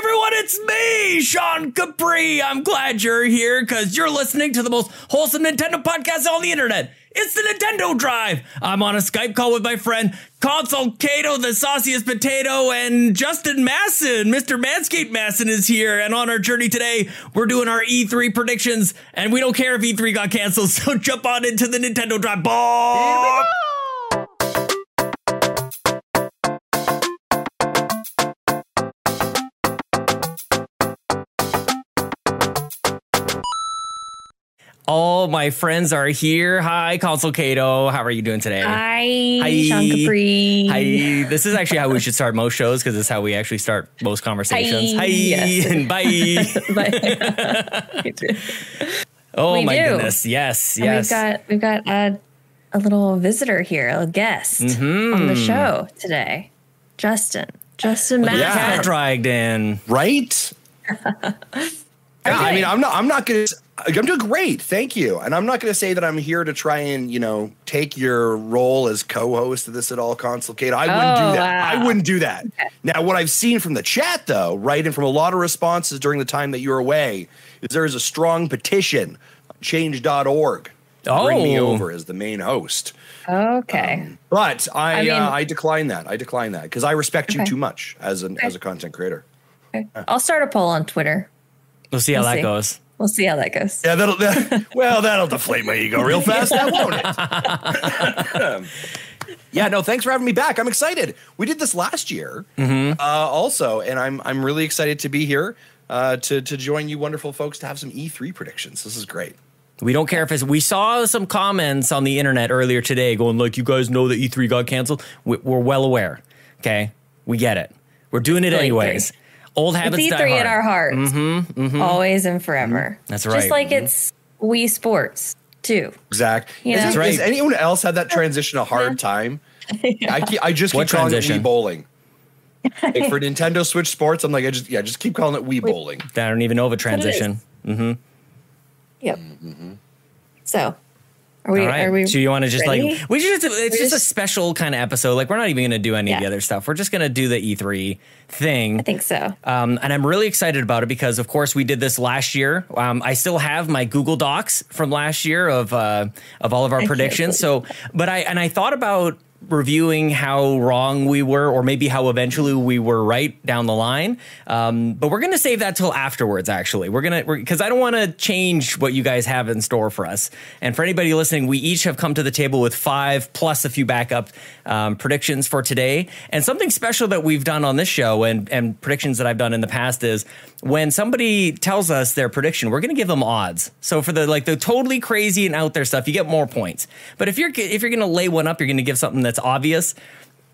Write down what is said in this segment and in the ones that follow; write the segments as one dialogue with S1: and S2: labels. S1: It's me, Sean Capri. I'm glad you're here because you're listening to the most wholesome Nintendo podcast on the internet. It's the Nintendo Drive. I'm on a Skype call with my friend Console Cato, the sauciest potato, and Justin Masson. Mr. Manscaped Masson is here. And on our journey today, we're doing our E3 predictions. And we don't care if E3 got canceled, so jump on into the Nintendo Drive. Ball. All my friends are here. Hi, Consul Cato. How are you doing today?
S2: Hi,
S1: Hi.
S2: Sean Capri.
S1: Hi. This is actually how we should start most shows because it's how we actually start most conversations. Hi,
S2: Hi. Yes.
S1: and bye. Oh
S2: We
S1: my
S2: do.
S1: goodness. Yes.
S2: And
S1: Yes.
S2: We've got we've got a, a little visitor here, a guest
S1: Mm-hmm.
S2: on the show today, Justin. Justin Matt.
S1: yeah. Cat dragged in.
S3: right? yeah, I mean, I'm not. I'm not gonna. I'm doing great, thank you. And I'm not gonna say that I'm here to try and you know take your role as co-host of this at all. Consulcate. I wouldn't
S2: Oh,
S3: do
S2: wow.
S3: that. I wouldn't do that. Now, what I've seen from the chat, though, right, and from a lot of responses during the time that you're away, is there is a strong petition, on change.org. to Bring me
S1: Oh.
S3: over as the main host,
S2: Okay.
S1: Um,
S3: but I
S2: I mean-
S3: uh, I decline that. I decline that because I respect you
S2: Okay.
S3: too much as an as a content creator.
S2: okay. I'll start a poll on Twitter.
S1: We'll see how
S2: We'll
S1: that
S2: see.
S1: goes.
S2: We'll see how that goes.
S3: Yeah, that'll that, well, that'll deflate my ego real fast, now, won't it? yeah, no, thanks for having me back. I'm excited. We did this last year,
S1: Mm-hmm.
S3: uh, also, and I'm I'm really excited to be here uh, to to join you, wonderful folks, to have some E3 predictions. This is great.
S1: We don't care if it's. We saw some comments on the internet earlier today going like, "You guys know that E3 got canceled." We, we're well aware. Okay, we get it. We're doing it
S2: E3.
S1: anyways. Old habits
S2: It's
S1: die
S2: E3 in
S1: hard. Mm-hmm,
S2: our hearts, always and forever.
S1: That's right. Mm-hmm.
S2: Just like it's Wii Sports too.
S3: Zach,
S2: Yeah.
S3: Has,
S2: That's
S1: right.
S3: has anyone else had that transition a hard time? I keep, I just keep
S1: What
S3: calling it
S1: transition?
S3: Wii bowling. Like, for Nintendo Switch Sports, I'm like, I just yeah, just keep calling it Wii bowling.
S1: I don't even know of a
S2: it is.
S1: transition.
S2: Yep. So, are
S1: Mm-hmm.
S2: we?
S1: All right.
S2: Are we?
S1: so you want to just
S2: ready?
S1: like we should just it's just, a
S2: just-
S1: special kind of episode. Like we're not even going to do any of the
S2: Yeah.
S1: other stuff. We're just going to do the E3 thing.
S2: I think so.
S1: Um, and I'm really excited about it because, of course, we did this last year. Um, I still have my Google Docs from last year of uh, of all of our
S2: can't
S1: predictions. So,
S2: believe
S1: but I and I thought about reviewing how wrong we were, or maybe how eventually we were right down the line. Um, but we're gonna save that till afterwards. Actually, we're gonna because I don't want to change what you guys have in store for us. And for anybody listening, we each have come to the table with five plus a few backup um, predictions for today. And something special that we've done on this show and, and predictions that I've done in the past is when somebody tells us their prediction, we're going to give them odds. So for the like the totally crazy and out there stuff, you get more points. But if you're if you're going to lay one up, you're going to give something that's obvious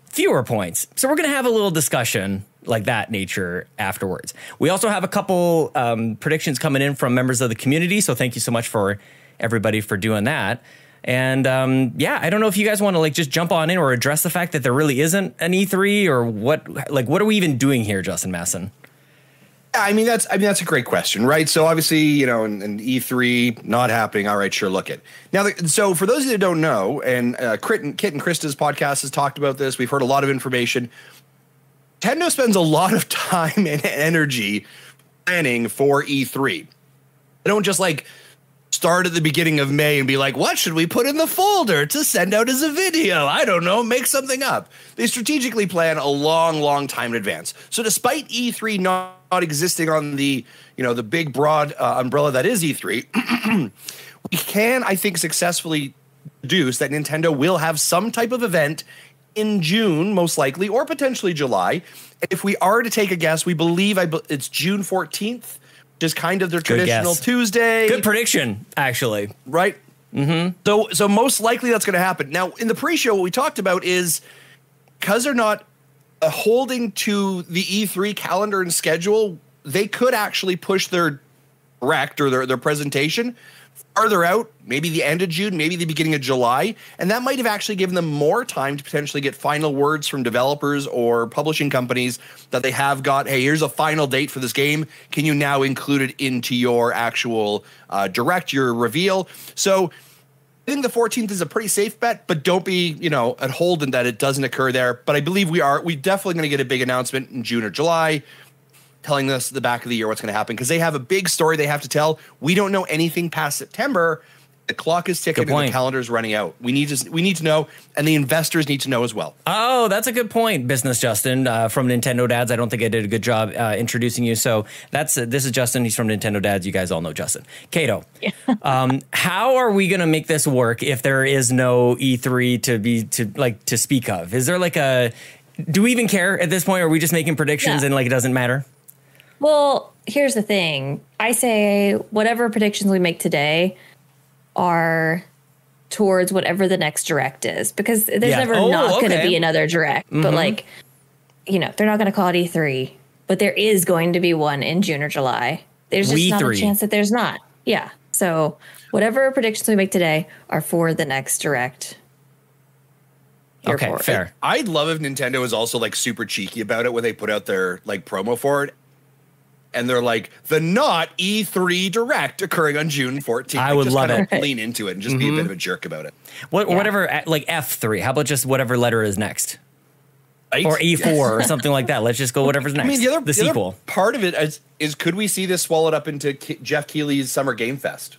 S1: fewer points. So we're going to have a little discussion like that nature afterwards. We also have a couple um, predictions coming in from members of the community. So thank you so much for everybody for doing that. And um, yeah, I don't know if you guys want to like just jump on in or address the fact that there really isn't an E3 or what. Like, what are we even doing here, Justin Masson?
S3: Yeah, I mean that's I mean that's a great question, right? So obviously, you know, and, and E3 not happening. All right, sure, look it. Now, the- so for those of you that don't know, and uh, Crit and, Kit and Krista's podcast has talked about this. We've heard a lot of information. Nintendo spends a lot of time and energy planning for E E3. They don't just like start at the beginning of May and be like, what should we put in the folder to send out as a video? I don't know, make something up. They strategically plan a long, long time in advance. So despite E3 not, not existing on the, you know, the big broad uh, umbrella that is E3, we can, I think, successfully deduce that Nintendo will have some type of event in June, most likely, or potentially July. And if we are to take a guess, we believe I be- it's June 14th, which is kind of their traditional
S1: guess.
S3: Tuesday.
S1: Good prediction, actually.
S3: right? Mm-hmm. So, so most likely that's going to happen. Now, in the pre-show, what we talked about is because they're not uh, holding to the E3 calendar and schedule, they could actually push their direct or their, their presentation farther out, maybe the end of June, maybe the beginning of July. And that might have actually given them more time to potentially get final words from developers or publishing companies that they have got, hey, here's a final date for this game. Can you now include it into your actual uh, direct, your reveal? So I think the 14th is a pretty safe bet, but don't be, you know, at holden that it doesn't occur there. But I believe we are, we definitely going to get a big announcement in June or July. telling us the back of the year what's going to happen because they have a big story they have to tell. We don't know anything past September. The clock is ticking
S1: Good
S3: and the
S1: point.
S3: calendar's running out. We need to we need to know, and the investors need to know as well.
S1: Oh, that's a good point, Business Justin uh, from Nintendo Dads. I don't think I did a good job uh, introducing you. So that's uh, this is Justin. He's from Nintendo Dads. You guys all know Justin. Kato, um, how are we going to make this work if there is no E3 to be to like to speak of? Is there like a do we even care at this point? Are we just making predictions
S2: Yeah.
S1: and like it doesn't matter?
S2: Well, here's the thing. I say whatever predictions we make today are towards whatever the next direct is because there's
S1: Yeah.
S2: never
S1: Oh,
S2: not going
S1: okay. Mm-hmm.
S2: to be another direct. But like, you know, they're not going to call it E3, but there is going to be one in June or July. There's just not
S1: We3.
S2: a chance that there's not. Yeah. So whatever predictions we make today are for the next direct. Here
S1: okay,
S2: for it.
S1: fair.
S3: I'd love if Nintendo was also like super cheeky about it when they put out their like promo for it. And they're like the not E3 Direct occurring on June 14th.
S1: I
S3: Like,
S1: would
S3: just
S1: love
S3: kind
S2: it.
S3: Of lean into it and just be a bit of a jerk about it.
S1: What
S2: Yeah.
S1: whatever uh, like F three? How about just whatever letter is next
S3: Right?
S1: or E four or something like that? Let's just go whatever's next.
S3: I mean, the other,
S1: the,
S3: the other
S1: sequel.
S3: part of it is, is could we see this swallowed up into Ke- Jeff Keighley's Summer Game Fest?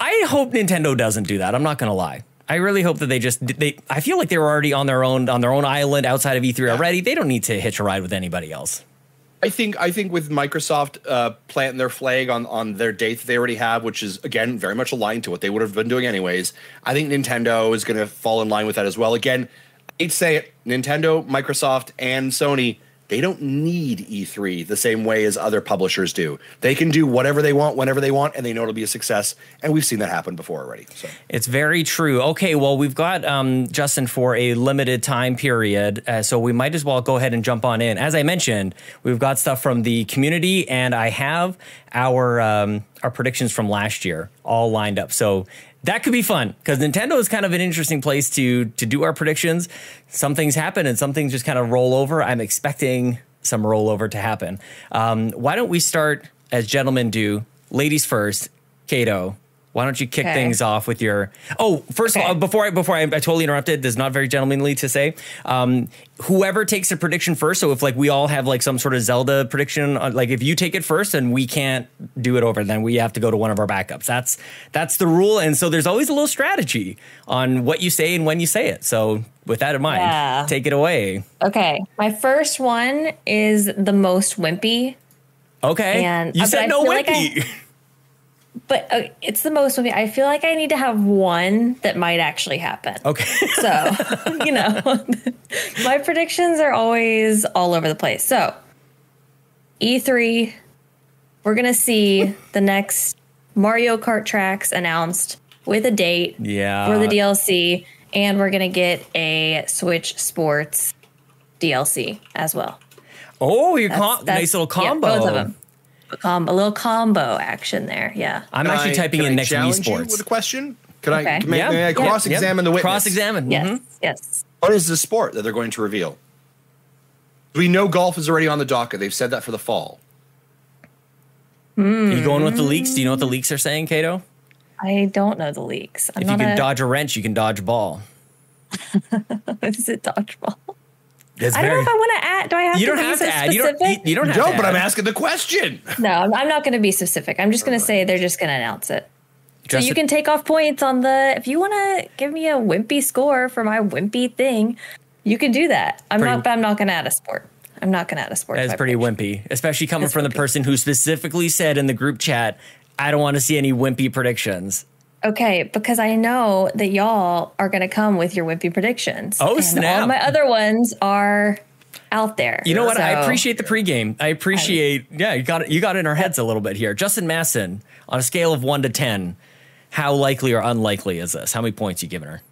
S1: I hope Nintendo doesn't do that. I'm not going to lie. I really hope that they just they. I feel like they were already on their own on their own island outside of E3 already. They don't need to hitch a ride with anybody else.
S3: I think I think with Microsoft uh, planting their flag on on their date that they already have, which is again very much aligned to what they would have been doing anyways. I think Nintendo is going to fall in line with that as well. Again, I'd say it, Nintendo, Microsoft, and Sony. They don't need E3 the same way as other publishers do. They can do whatever they want, whenever they want, and they know it'll be a success. And we've seen that happen before already. So.
S1: It's very true. Okay, well, we've got um, Justin for a limited time period, uh, so we might as well go ahead and jump on in. As I mentioned, we've got stuff from the community, and I have our um, our predictions from last year all lined up. So that could be fun because Nintendo is kind of an interesting place to to do our predictions. Some things happen, and some things just kind of roll over. I'm expecting some rollover to happen. Um, why don't we start as gentlemen do, ladies first? Kato, why don't you kick
S2: Okay.
S1: things off with your? Oh, first of
S2: Okay.
S1: all, before I before I, I totally interrupted. This is not very gentlemanly to say. Um, whoever takes a prediction first. So if like we all have like some sort of Zelda prediction, uh, like if you take it first and we can't do it over, then we have to go to one of our backups. That's that's the rule. And so there's always a little strategy on what you say and when you say it. So with that in mind,
S2: Yeah.
S1: take it away.
S2: Okay. My first one is the most wimpy
S1: Okay,
S2: And-
S1: you
S2: uh, but
S1: said
S2: I
S1: no
S2: feel like
S1: wimpy.
S2: but uh, it's the most movie. I feel like I need to have one that might actually happen.
S1: okay,
S2: So, you know, my predictions are always all over the place. So, E3, we're going to see the next Mario Kart tracks announced with a date
S1: yeah.
S2: for the DLC, and we're going to get a Switch Sports DLC as well.
S1: Oh, you
S2: That's-
S1: com-
S2: that's-
S1: nice little
S2: yeah,
S1: combo.
S2: both of them. Um, a little combo action there. Yeah.
S1: I'm
S3: Can
S1: actually
S3: I-
S1: typing
S3: can
S1: in
S3: I
S1: next Wii
S3: challenge you
S1: Sports.
S3: with a question. Can I
S2: Okay.
S3: may,
S1: Yeah.
S3: may I
S1: Yeah.
S3: cross-examine the witness?
S1: Cross-examine.
S2: yes.
S1: mhm.
S2: Yes.
S3: What is the sport that they're going to reveal? We know golf is already on the docket. They've said that for the fall.
S2: Mm.
S1: Are you going with the leaks? Do you know what the leaks are saying, Kato?
S2: I don't know the leaks. I'm
S1: If you
S2: not
S1: can
S2: a,
S1: dodge a wrench, you can dodge a ball.
S2: is it dodgeball?
S1: That's
S2: I don't know if I want to add. Do I have
S1: you
S2: to
S1: don't
S2: be
S1: have
S2: so
S1: to add. You
S2: specific?
S1: don't, you, you don't have
S3: No,
S1: to
S3: but I'm
S1: add.
S3: asking the question.
S2: no, I'm, I'm not going to be specific. I'm just going to say they're just going to announce it. So
S1: Just
S2: you
S1: a-
S2: can take off points on the. If you want to give me a wimpy score for my wimpy thing, you can do that. I'm
S1: Pretty-
S2: not. But I'm not going to add a sport. I'm not going to add a sport.
S1: That is
S2: to my
S1: pretty
S2: prediction.
S1: wimpy, especially coming
S2: That's
S1: from the
S2: wimpy.
S1: person who specifically said in the group chat, I don't want to see any wimpy predictions.
S2: Okay, because I know that y'all are going to come with your wimpy predictions.
S1: Oh,
S2: and
S1: snap.
S2: All my other ones are out there.
S1: You know what? I
S2: So-
S1: appreciate the pregame. I appreciate, yeah, you got, it- you got it in our heads a little bit here. Justin Masson, on a scale of one to 10, how likely or unlikely is this? How many points you giving her?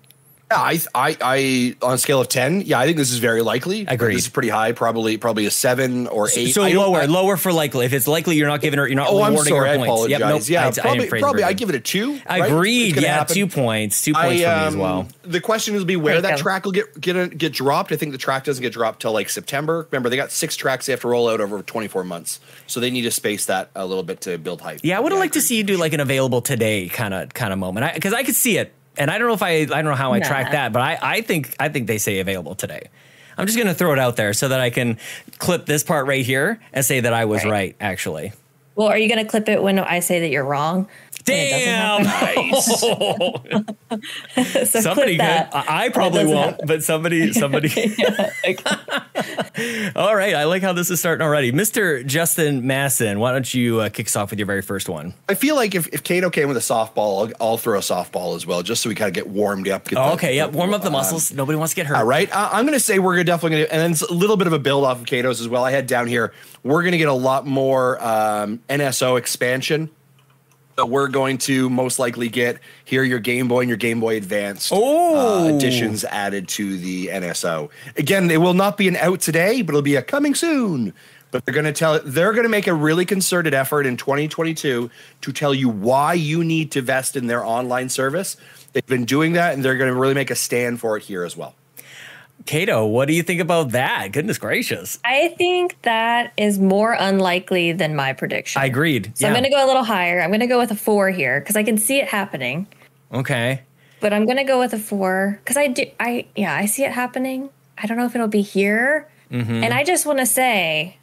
S3: Yeah, I, I, I, on a scale of ten, yeah, I think this is very likely.
S1: Agreed.
S3: This is pretty high. Probably, probably a seven or eight.
S1: So
S3: I don't-
S1: lower,
S3: I-
S1: lower for likely. If it's likely, you're not giving her, you're not
S3: oh, I'm
S1: rewarding
S3: sorry. I
S1: her points.
S3: apologize.
S1: Yep, nope,
S3: yeah,
S1: I- I didn't
S3: probably,
S1: phrase it
S3: probably.
S1: very
S3: I
S1: good.
S3: give it a two. right? It's
S1: Agreed.
S3: gonna
S1: Yeah,
S3: happen.
S1: two points. Two points
S3: I,
S1: for me as well.
S3: um, The question will be where
S2: There you
S3: that
S2: go.
S3: track will get get get dropped. I think the track doesn't get dropped till like September. Remember, they got six tracks they have to roll out over 24 months, so they need to space that a little bit to build hype.
S1: Yeah, I would have liked to
S3: agree.
S1: see you do like an available today kind of kind of moment because I, could see it, and I don't know if I I don't know how I
S2: Nah.
S1: track that, but I I think I think they say available today. I'm just going to throw it out there so that I can clip this part right here and say that I was right,
S2: Right.
S1: actually.
S2: Well, are you going to clip it when I say that you're wrong? When it doesn't
S1: Damn!
S2: happen? so
S1: somebody good.
S2: clip that.
S1: I, I probably
S2: doesn't
S1: won't,
S2: happen.
S1: but somebody, somebody.
S2: Yeah, okay.
S1: All right, I like how this is starting already. Mr. Justin Masson, why don't you uh, kick us off with your very first one?
S3: I feel like if, if Kato came with a softball, I'll, I'll throw a softball as well, just so we kind of get warmed up. get the-
S1: Oh, okay, yeah, warm up the
S3: uh,
S1: muscles. Nobody wants to get hurt.
S3: All right, I, I'm going to say we're gonna definitely going to, and then it's a little bit of a build off of Cato's as well. I had down here, we're going to get a lot more um, NSO expansion. So we're going to most likely get here your Game Boy and your Game Boy Advance uh,
S1: Oh.
S3: additions added to the NSO. Again, it will not be an out today, but it'll be a coming soon. But they're going to tell they're going to make a really concerted effort in 2022 to tell you why you need to vest in their online service. They've been doing that, and they're going to really make a stand for it here as well.
S1: Kato, what do you think about that? Goodness gracious.
S2: I think that is more unlikely than my prediction.
S1: I agreed.
S2: So I'm going to go a little higher. I'm going to go with a four here because I can see it happening.
S1: go. Okay.
S2: But I'm going to go with a four because I do. I yeah, I see it happening. I don't know if it'll be here.
S1: Mm-hmm.
S2: And I just want to say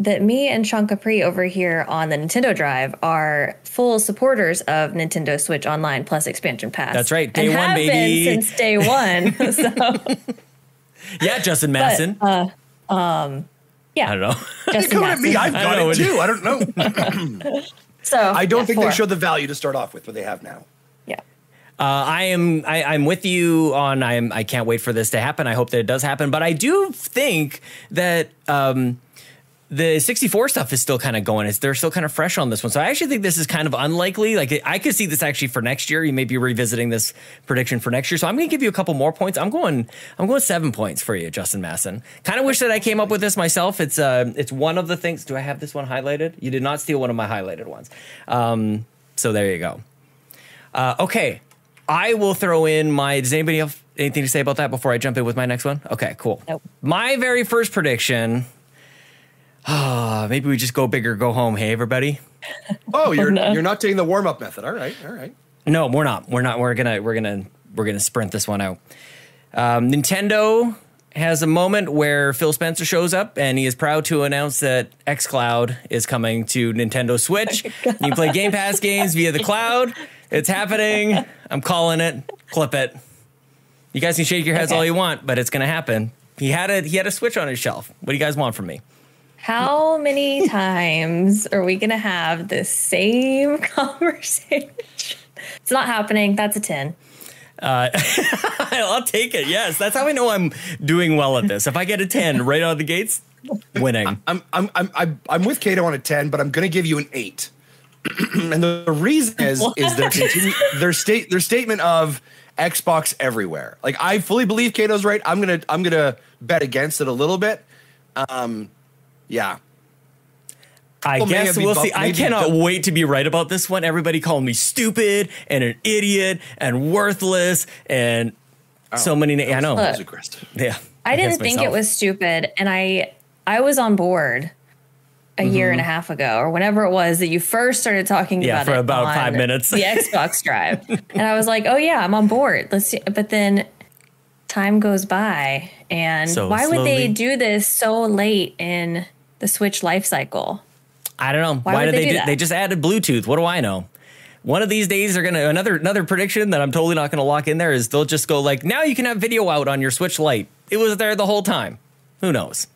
S2: that me and Sean Capri over here on the Nintendo Drive are full supporters of Nintendo Switch Online plus expansion pass.
S1: That's right. Day
S2: and
S1: one,
S2: have
S1: baby.
S2: Been since day one. so
S1: Yeah, Justin Masson.
S2: uh, yeah,
S1: I don't know.
S2: Just
S3: Coming at me, I've
S1: I
S3: got
S1: know.
S3: it too. I don't know.
S2: So
S3: I don't think
S2: four.
S3: they showed the value to start off with, but they have now.
S2: Yeah.
S1: Uh, I am I, I'm with you on I'm I can't wait for this to happen. I hope that it does happen, but I do think that um, the 64 stuff is still kind of going. It's, they're still kind of fresh on this one, so I actually think this is kind of unlikely. Like I could see this actually for next year. You may be revisiting this prediction for next year, so I'm going to give you a couple more points. I'm going I'm going seven points for you, Justin Masson. Kind of wish that I came up with this myself. It's uh, it's one of the things. Do I have this one highlighted? You did not steal one of my highlighted ones. Um, so there you go. Uh, okay, I will throw in my. Does anybody have anything to say about that before I jump in with my next one? Okay, cool.
S2: Nope.
S1: My very first prediction. Ah, maybe we just go big or go home. Hey, everybody.
S3: Oh, you're you're not taking the warm up method. All right, all right.
S1: No, we're not. We're not. We're gonna. We're gonna. We're gonna sprint this one out. Um, Nintendo has a moment where Phil Spencer shows up and he is proud to announce that XCloud is coming to Nintendo Switch. you can play Game Pass games via the cloud. It's happening. I'm calling it. Clip it. You guys can shake your heads
S2: Okay.
S1: all you want, but it's gonna happen. He had a he had a Switch on his shelf. What do you guys want from me?
S2: How many times are we going to have this same conversation? It's not happening. That's a 10.
S1: I'll take it. Yes, that's how I know I'm doing well at this. If I get a ten right out of the gates, winning.
S3: I'm I'm I'm I'm, I'm with Kato on a ten, but I'm going to give you an eight. and the reason is is their continu- their state their statement of Xbox everywhere. Like I fully believe Kato's right. I'm gonna I'm gonna bet against it a little bit. Um, yeah.
S1: I
S3: Well,
S1: guess
S3: maybe
S1: we'll
S3: bu-
S1: see. I
S3: maybe
S1: cannot
S3: bu-
S1: wait to be right about this one. Everybody called me stupid and an idiot and worthiness and so many. Na- I know.
S3: That was
S2: Look.
S3: aggressive.
S1: Yeah,
S2: I didn't
S1: against
S2: think
S1: myself.
S2: it was stupid and I I was on board a year and a half ago or whenever it was that you first started talking
S1: Mm-hmm. Yeah,
S2: about
S1: for
S2: it
S1: about
S2: on
S1: five minutes.
S2: the Xbox Drive. and I was like, "Oh yeah, I'm on board. Let's see. but then time goes by and
S1: So
S2: why would
S1: slowly.
S2: they do this so late in the Switch life cycle?
S1: I don't know. Why,
S2: would
S1: did
S2: they
S1: they?
S2: do
S1: do-
S2: that?
S1: they just added Bluetooth. What do I know? One of these days, they're gonna another another prediction that I'm totally not gonna lock in there is they'll just go like, now you can have video out on your Switch Lite. It was there the whole time. Who knows?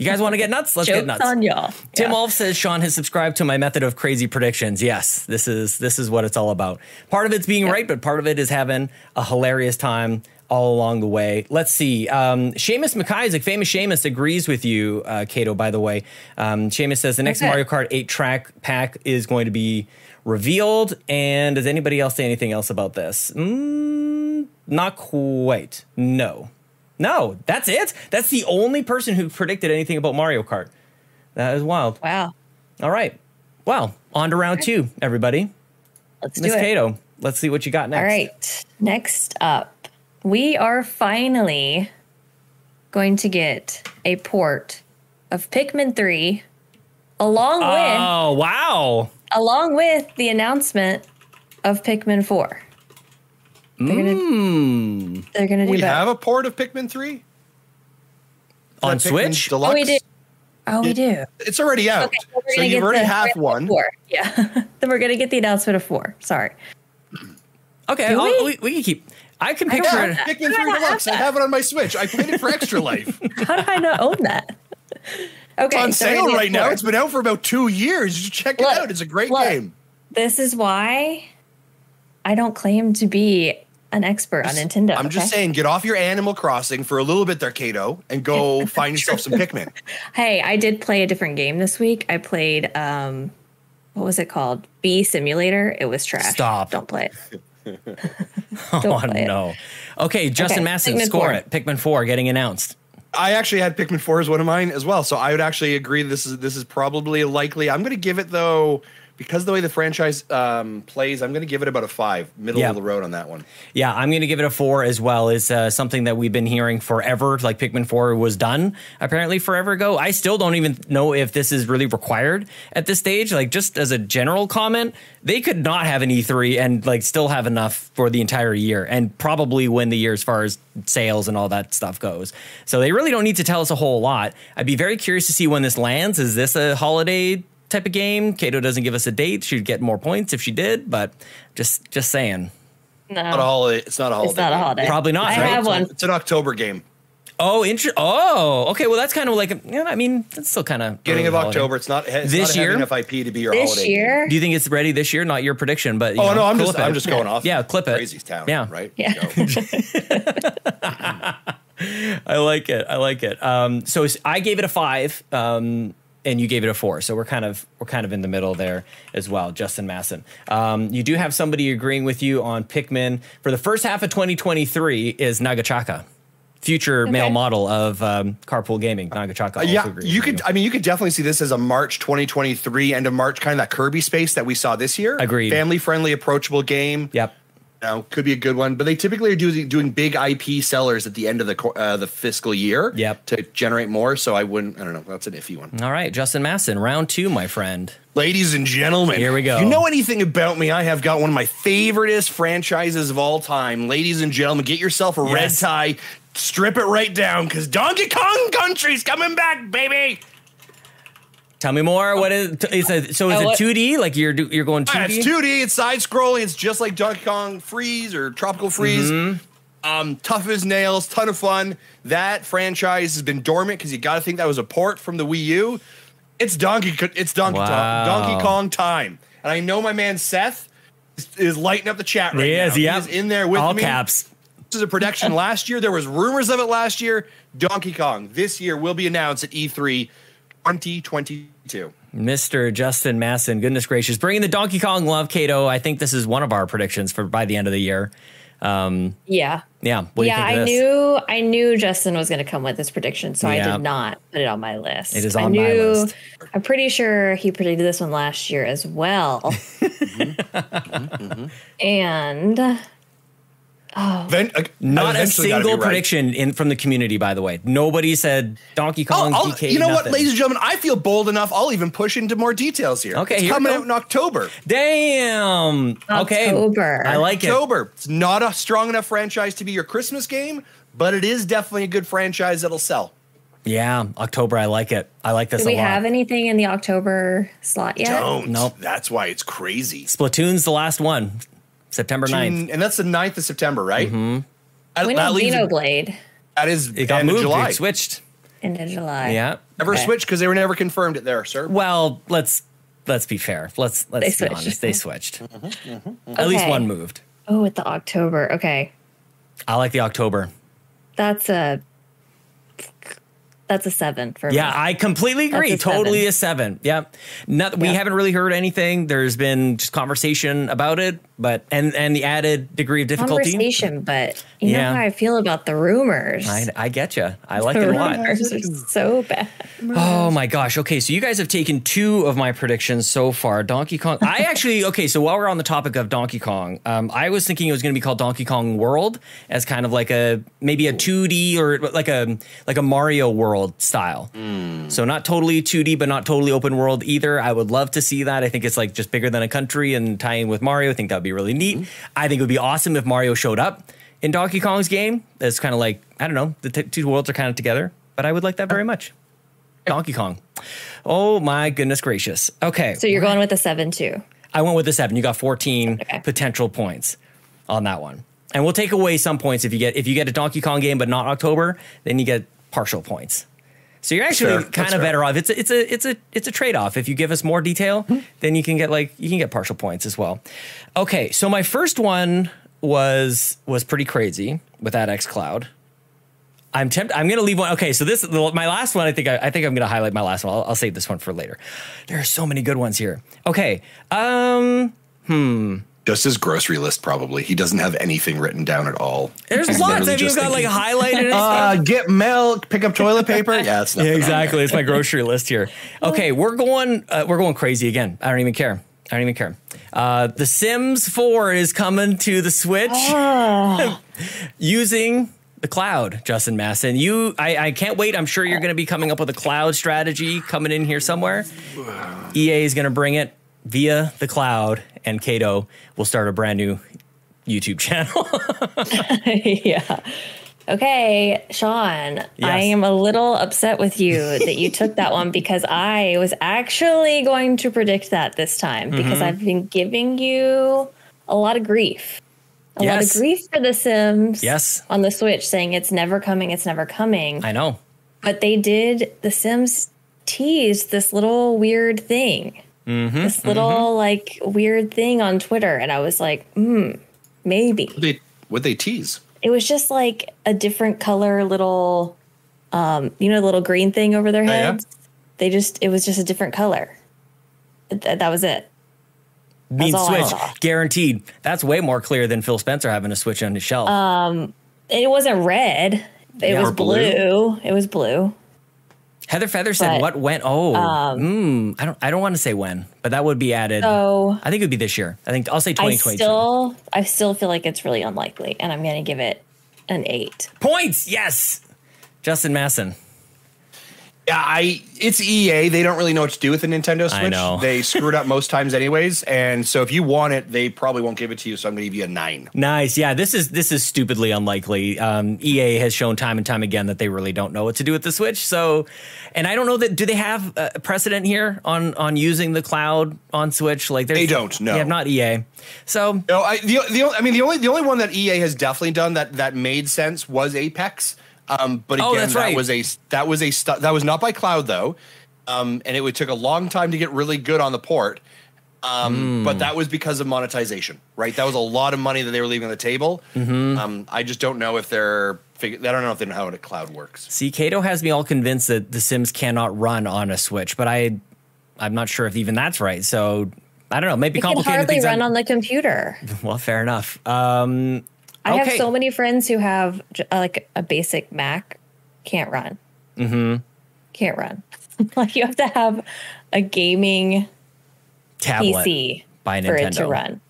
S1: You guys want to get nuts? Let's
S2: Jokes
S1: get nuts.
S2: on y'all.
S1: Tim
S2: Yeah.
S1: Ulf says Sean has subscribed to my method of crazy predictions. Yes, this is this is what it's all about. Part of it's being right, but part of it is having a hilarious time all along the way. Let's see. Um, Seamus McIsaac, famous Seamus, agrees with you, uh, Cato. By the way, um, Seamus says the next
S2: Okay.
S1: Mario Kart eight track pack is going to be revealed. And does anybody else say anything else about this? Mm, not quite. No. No, that's it. That's the only person who predicted anything about Mario Kart. That is wild.
S2: Wow.
S1: All right. Well, on to round two, everybody.
S2: Let's
S1: Miss
S2: do it.
S1: Cato, let's see what you got next.
S2: All right. Next up, we are finally going to get a port of Pikmin 3 along with
S1: Oh, wow.
S2: along with the announcement of Pikmin 4.
S1: Hmm.
S2: They're going to They're going to do
S3: We
S2: both.
S3: have a port of Pikmin three.
S1: On
S3: Pikmin
S1: Switch?
S3: Deluxe.
S2: Oh, we do. Oh, we do.
S3: It's already out,
S2: Okay, well, we're
S3: so
S2: gonna
S3: you've
S2: get
S3: already
S2: the
S3: half
S2: announcement of
S3: one.
S2: Four. Yeah. then we're gonna get the announcement of four. Sorry.
S1: Okay,
S2: Do
S1: I'll-
S2: we?
S1: we? We, can keep. I can
S2: don't
S1: picture
S2: have
S1: it.
S2: that.
S3: Pikmin Three Deluxe. I have it on my Switch. I played it for Extra Life. It's
S2: How did I not own that? Okay.
S3: on
S2: so we're
S3: sale
S2: gonna get
S3: right now.
S2: four.
S3: It's been out for about two years. You should check it
S2: Look,
S3: out. It's a great
S2: look.
S3: game.
S2: This is why I don't claim to be an expert on Nintendo.
S3: I'm just
S2: okay?
S3: saying, get off your Animal Crossing for a little bit there, Kato, and go find yourself some Pikmin.
S2: Hey, I did play a different game this week. I played um what was it called? Bee Simulator. It was trash.
S1: Stop.
S2: Don't play it.
S1: Oh
S2: Don't play it.
S1: no. Okay, Justin
S2: Okay,
S1: Masson,
S2: Pikmin
S1: score
S2: 4.
S1: it. Pikmin Four getting announced.
S3: I actually had Pikmin 4 as one of mine as well, so I would actually agree this is this is probably likely. I'm going to give it though because of the way the franchise um, plays, I'm going to give it about a five, middle
S1: Yeah.
S3: of the road on that one.
S1: Yeah, I'm going to give it a four as well. Is uh, something that we've been hearing forever. Like Pikmin Four was done apparently forever ago. I still don't even know if this is really required at this stage. Like just as a general comment, they could not have an E3 and like still have enough for the entire year and probably win the year as far as sales and all that stuff goes. So they really don't need to tell us a whole lot. I'd be very curious to see when this lands. Is this a holiday? type of game. Kato doesn't give us a date. She'd get more points if she did, but just just saying.
S2: No.
S3: Not a holiday. It's not a holiday.
S2: Oh. It's not a
S3: game.
S2: holiday.
S1: Probably not,
S2: I
S1: right?
S2: have one.
S3: It's an October game.
S1: Oh, inter- Oh, okay. Well, that's kind of like. Yeah, I mean, that's still kind of
S3: Beginning of October. It's not it's
S1: This
S3: not a heavy
S1: year?
S3: enough IP to be your
S2: This
S3: holiday.
S2: year.
S1: Do you think it's ready this year? Not your prediction, but you
S3: Game. Oh
S1: know,
S3: no, I'm
S1: clip
S3: just
S1: it.
S3: I'm just going off.
S1: Yeah, clip it.
S3: Crazy town.
S1: Yeah.
S3: right.
S2: Yeah.
S3: Go.
S1: I like it. I like it. Um, so s- I gave it a five, um, and you gave it a four. So we're kind of we're kind of in the middle there as well. Justin Masson, um, you do have somebody agreeing with you on Pikmin for the first half of 2023 is Nagachaka, future male model of um, Carpool Gaming. Nagachaka. also
S3: Uh, yeah,
S1: agrees
S3: you
S1: with
S3: could. I mean, you could definitely see this as a March 2023 end of March kind of that Kirby space that we saw this year.
S1: Agreed.
S3: Family friendly, approachable game.
S1: Yep.
S3: You know, could be a good one. But they typically are doing doing big IP sellers at the end of the co- uh, the fiscal year.
S1: Yep.
S3: To generate more, so I wouldn't. I don't know. That's an iffy one.
S1: All right, Justin Masson, round two, my friend.
S3: Ladies and gentlemen,
S1: Here we go.
S3: If you know anything about me? I have got one of my favoriteest franchises of all time. Ladies and gentlemen, get yourself a red
S1: Yes.
S3: tie, strip it right down, because Donkey Kong Country's coming back, baby.
S1: Tell me more. What is t- is it? So is
S2: Oh,
S1: it
S2: what-
S1: two D? Like you're do- you're going two
S3: Yeah,
S1: D?
S3: Ah, it's 2D. It's side scrolling. It's just like Donkey Kong Freeze or Tropical Freeze.
S1: Mm-hmm.
S3: Um, tough as nails. Ton of fun. That franchise has been dormant because you got to think that was a port from the Wii U. It's Donkey. Co- It's Donkey
S1: Wow.
S3: Kong. Donkey Kong time. And I know my man Seth is, is lighting up the chat right
S1: He
S3: now.
S1: is, yep.
S3: He is in there with
S1: All
S3: me.
S1: caps.
S3: This is a production last year. There was rumors of it last year. Donkey Kong this year will be announced at E E3 2022.
S1: Mr. Justin Masson, goodness gracious, bringing the Donkey Kong love, Kato. I think this is one of our predictions for by the end of the year.
S2: Yeah.
S1: Yeah, what do you think
S2: yeah, I
S1: of this?
S2: knew I knew Justin was going to come with this prediction, so I
S1: Yeah.
S2: did not put it on my list.
S1: It is
S2: I
S1: on my list.
S2: I'm pretty sure he predicted this one last year as well. And
S3: Ven- uh,
S1: Not a
S3: eventually gotta be
S1: single
S3: right.
S1: prediction in from the community, by the way. Nobody said Donkey Kong.
S3: I'll- I'll-
S1: DK,
S3: Oh, you know what,
S1: nothing.
S3: ladies and gentlemen, I feel bold enough. I'll even push into more details here.
S1: Okay,
S3: it's
S1: here we
S3: coming
S1: go.
S3: out in October.
S1: Damn.
S2: October.
S1: Okay, I like it.
S3: October. It's not a strong enough franchise to be your Christmas game, but it is definitely a good franchise that'll sell.
S1: Yeah, October. I like it. I like this
S2: do we
S1: a lot.
S2: have anything in the October slot yet?
S3: Don't.
S1: Nope.
S3: That's why it's crazy.
S1: Splatoon's the last one, September 9th.
S3: And that's the 9th of September, right? Mm-hmm. That,
S2: When
S3: that
S2: is
S3: leaves-
S2: Xenoblade
S3: that is
S1: It got
S3: end of
S1: moved.
S3: July.
S1: It switched.
S2: into July?
S1: Yeah.
S3: Never
S2: Okay.
S3: switched because they were never confirmed it there, sir.
S1: Well, let's let's be fair. Let's let's
S2: They
S1: be
S2: switched. Mm-hmm.
S1: honest. They switched. At least
S2: Okay.
S1: one moved.
S2: Oh, with the October. Okay,
S1: I like the October.
S2: that's a that's a seven for
S1: Yeah,
S2: me.
S1: I completely agree.
S2: a seven.
S1: totally a seven. Yep. Not, We
S2: Yeah.
S1: haven't really heard anything. There's been just conversation about it, but and and the added degree of difficulty.
S2: conversation, but you
S1: Yeah.
S2: know how I feel about the rumors.
S1: I, I get you. I like
S2: the
S1: it a lot.
S2: rumors are so bad.
S1: Oh my gosh. Okay, so you guys have taken two of my predictions so far. Donkey Kong. I actually okay. So while we're on the topic of Donkey Kong, um, I was thinking it was going to be called Donkey Kong World as kind of like a maybe a two D or like a like a Mario World style. So not totally two D, but not totally open world either. I would love to see that. I think it's like just bigger than a country and tying with Mario. I think that would be really neat. I think it would be awesome if Mario showed up in Donkey Kong's game. It's kind of like I don't know. The t- two worlds are kind of together. but I would like that very much. Donkey Kong. Oh my goodness gracious. Okay.
S2: So you're going with the seven too.
S1: I went with the seven. You got 14
S2: Okay.
S1: potential points on that one. And we'll take away some points if you get if you get a Donkey Kong game but not October, then you get partial points. So you're actually
S3: Fair.
S1: kind
S3: That's
S1: of
S3: fair.
S1: better off. It's a, it's a it's a it's a trade off. If you give us more detail,
S3: Hmm.
S1: then you can get like you can get partial points as well. Okay, so my first one was was pretty crazy with that X Cloud. I'm tempted. I'm going to leave one. Okay, so this the, my last one. I think I, I think I'm going to highlight my last one. I'll, I'll save this one for later. There are so many good ones here. Okay, um,
S3: Just his grocery list, probably. He doesn't have anything written down at all.
S1: there's
S3: He's
S1: lots.
S3: literally
S1: I've even
S3: just
S1: got like highlighted.
S3: thinking,
S1: and
S3: uh, get milk, pick up toilet paper. Yeah, it's
S1: Yeah,
S3: nothing on
S1: exactly. It's my grocery list here. Okay, we're going uh, we're going crazy again. I don't even care. I don't even care. Uh, the Sims 4 is coming to the Switch Ah. using the cloud, Justin Masson. You, I, I can't wait. I'm sure you're going to be coming up with a cloud strategy coming in here somewhere. EA is going to bring it via the cloud, and Kato will start a brand new YouTube channel.
S2: yeah. Okay, Sean, I am a little upset with you that you took that one because I was actually going to predict that this time because
S1: Mm-hmm.
S2: I've been giving you a lot of grief. A lot
S1: Yes.
S2: of grief for The Sims
S1: Yes.
S2: on the Switch saying it's never coming, it's never coming.
S1: I know.
S2: but they did, The Sims teased this little weird thing.
S1: Mm-hmm,
S2: this little like weird thing on Twitter. And I was like, hmm, maybe
S3: What they what they tease?
S2: it was just like a different color little um you know the little green thing over
S1: Oh,
S2: their
S3: yeah?
S2: heads they just it was just a different color Th- that was it
S1: Mean
S2: all I
S1: Switch,
S2: saw.
S1: guaranteed. That's way more clear than Phil Spencer having a Switch on his shelf.
S2: Uh, it wasn't red it
S1: Yeah.
S2: was
S1: Or
S2: blue.
S3: blue.
S2: it was blue
S1: Heather Feather said
S2: But, um,
S1: what went oh mm, I don't I don't want to say when, but that would be added.
S2: so
S1: I think it would be this year. I think I'll say
S2: i
S1: 2022.
S2: still i still feel like it's really unlikely and i'm gonna give it an eight
S1: Points, yes. Justin Masson.
S3: Yeah, I it's EA. They don't really know what to do with the Nintendo Switch.
S1: I know.
S3: They screwed up most times anyways, and so if you want it, they probably won't give it to you. So I'm gonna give you a nine.
S1: Nice. Yeah, this is this is stupidly unlikely. Um, EA has shown time and time again that they really don't know what to do with the Switch. So, and I don't know that do they have uh, precedent here on on using the cloud on Switch? Like there's-
S3: They don't, no.
S1: yeah, not EA. So
S3: No, I the, the I mean the only the only one that EA has definitely done that that made sense was Apex. Um, but again,
S1: Oh, that's
S3: that
S1: right.
S3: was a that was a stu- that was not by cloud though, um, and it would took a long time to get really good on the port.
S1: Hmm.
S3: Um, But that was because of monetization, right? That was a lot of money that they were leaving on the table.
S1: Mm-hmm.
S3: Um, I just don't know if they're fig- I don't know if they know how a cloud works.
S1: See, Kato has me all convinced that The Sims cannot run on a Switch, but I, I'm not sure if even that's right. So I don't know. Maybe
S2: it can
S1: complicated
S2: hardly
S1: things.
S2: run
S1: I-
S2: on the computer
S1: well, fair enough. Um,
S2: i have
S1: Okay.
S2: so many friends who have j- uh, like a basic mac can't run mm-hmm can't run like you have to have a gaming
S1: tablet
S2: PC
S1: by
S2: for it to
S1: Nintendo.
S2: run.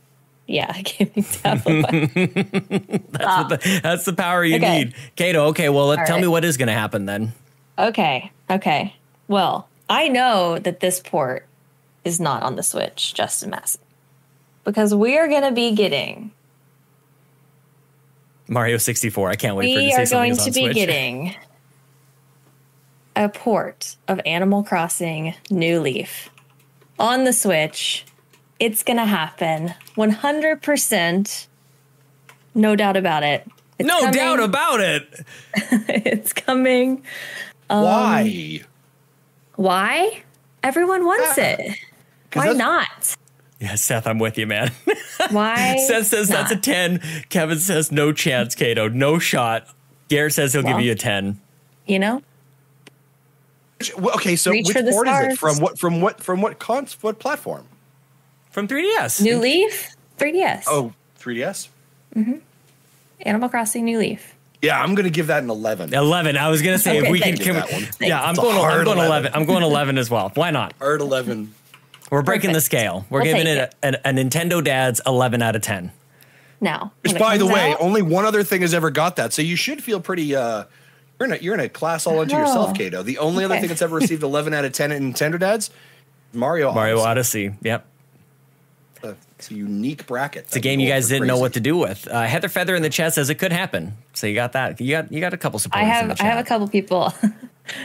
S2: Yeah, a gaming tablet. by-
S1: That's the power you
S2: Okay.
S1: need, Kato. Okay, well, let,
S2: All
S1: tell me
S2: right.
S1: what is going to happen then.
S2: okay, okay. Well, I know that this port is not on the Switch, Justin Masson, because we are going to be getting
S1: Mario 64. I can't wait for you
S2: we
S1: to say
S2: are
S1: something
S2: going
S1: is
S2: to
S1: on
S2: be
S1: Switch.
S2: getting a port of Animal Crossing New Leaf on the Switch. It's going to happen 100%. No doubt about it. It's
S1: no
S2: coming.
S1: doubt about it.
S2: it's coming. Um,
S3: Why?
S2: Why? Everyone wants
S3: Yeah.
S2: it. Why
S3: that's-
S2: not?
S1: Yeah, Seth, I'm with you, man.
S2: Why?
S1: Seth says that's a
S2: not?
S1: 10. Kevin says no chance, Kato. No shot. Gare says he'll
S2: Well.
S1: give you a 10.
S2: you know.
S3: Which- well, okay, so
S2: Reach
S3: which
S2: for the
S3: port is
S2: stars.
S3: it from? What from what from what cons what platform?
S1: From 3DS.
S2: New Leaf, 3DS,
S3: Oh, 3ds.
S2: Animal Crossing New Leaf.
S3: Yeah, I'm gonna give that an eleven.
S1: 11. I was going to say if
S2: Okay,
S1: we can,
S2: thank
S3: you.
S1: can we-
S3: That one.
S1: Yeah, I'm
S3: It's a
S1: going, I'm
S3: hard
S1: going 11.
S3: 11.
S1: I'm going 11 as well. Why not?
S3: Hard eleven.
S1: We're breaking the
S2: Perfect.
S1: scale. We're
S2: We'll
S1: giving
S2: take
S1: it a, an- a, Nintendo Dad's 11 out of 10.
S2: Now,
S3: Which,
S2: when it
S3: by the
S2: comes
S3: way,
S2: out-
S3: only one other thing has ever got that. So you should feel pretty. Uh, you're in a you're in a class all unto
S2: Oh.
S3: yourself, Kato. The only other
S2: Okay.
S3: thing that's ever received 11 out of 10 in Nintendo Dads, Mario.
S1: Mario
S3: Odyssey.
S1: Odyssey. Yep.
S3: It's a unique bracket.
S1: It's a game you guys didn't know what to do with. Uh, Heather Feather in the chat says it could happen. So you got that. You got you got a couple
S2: I
S1: supporters. in the
S2: have I
S1: chat.
S2: have a couple people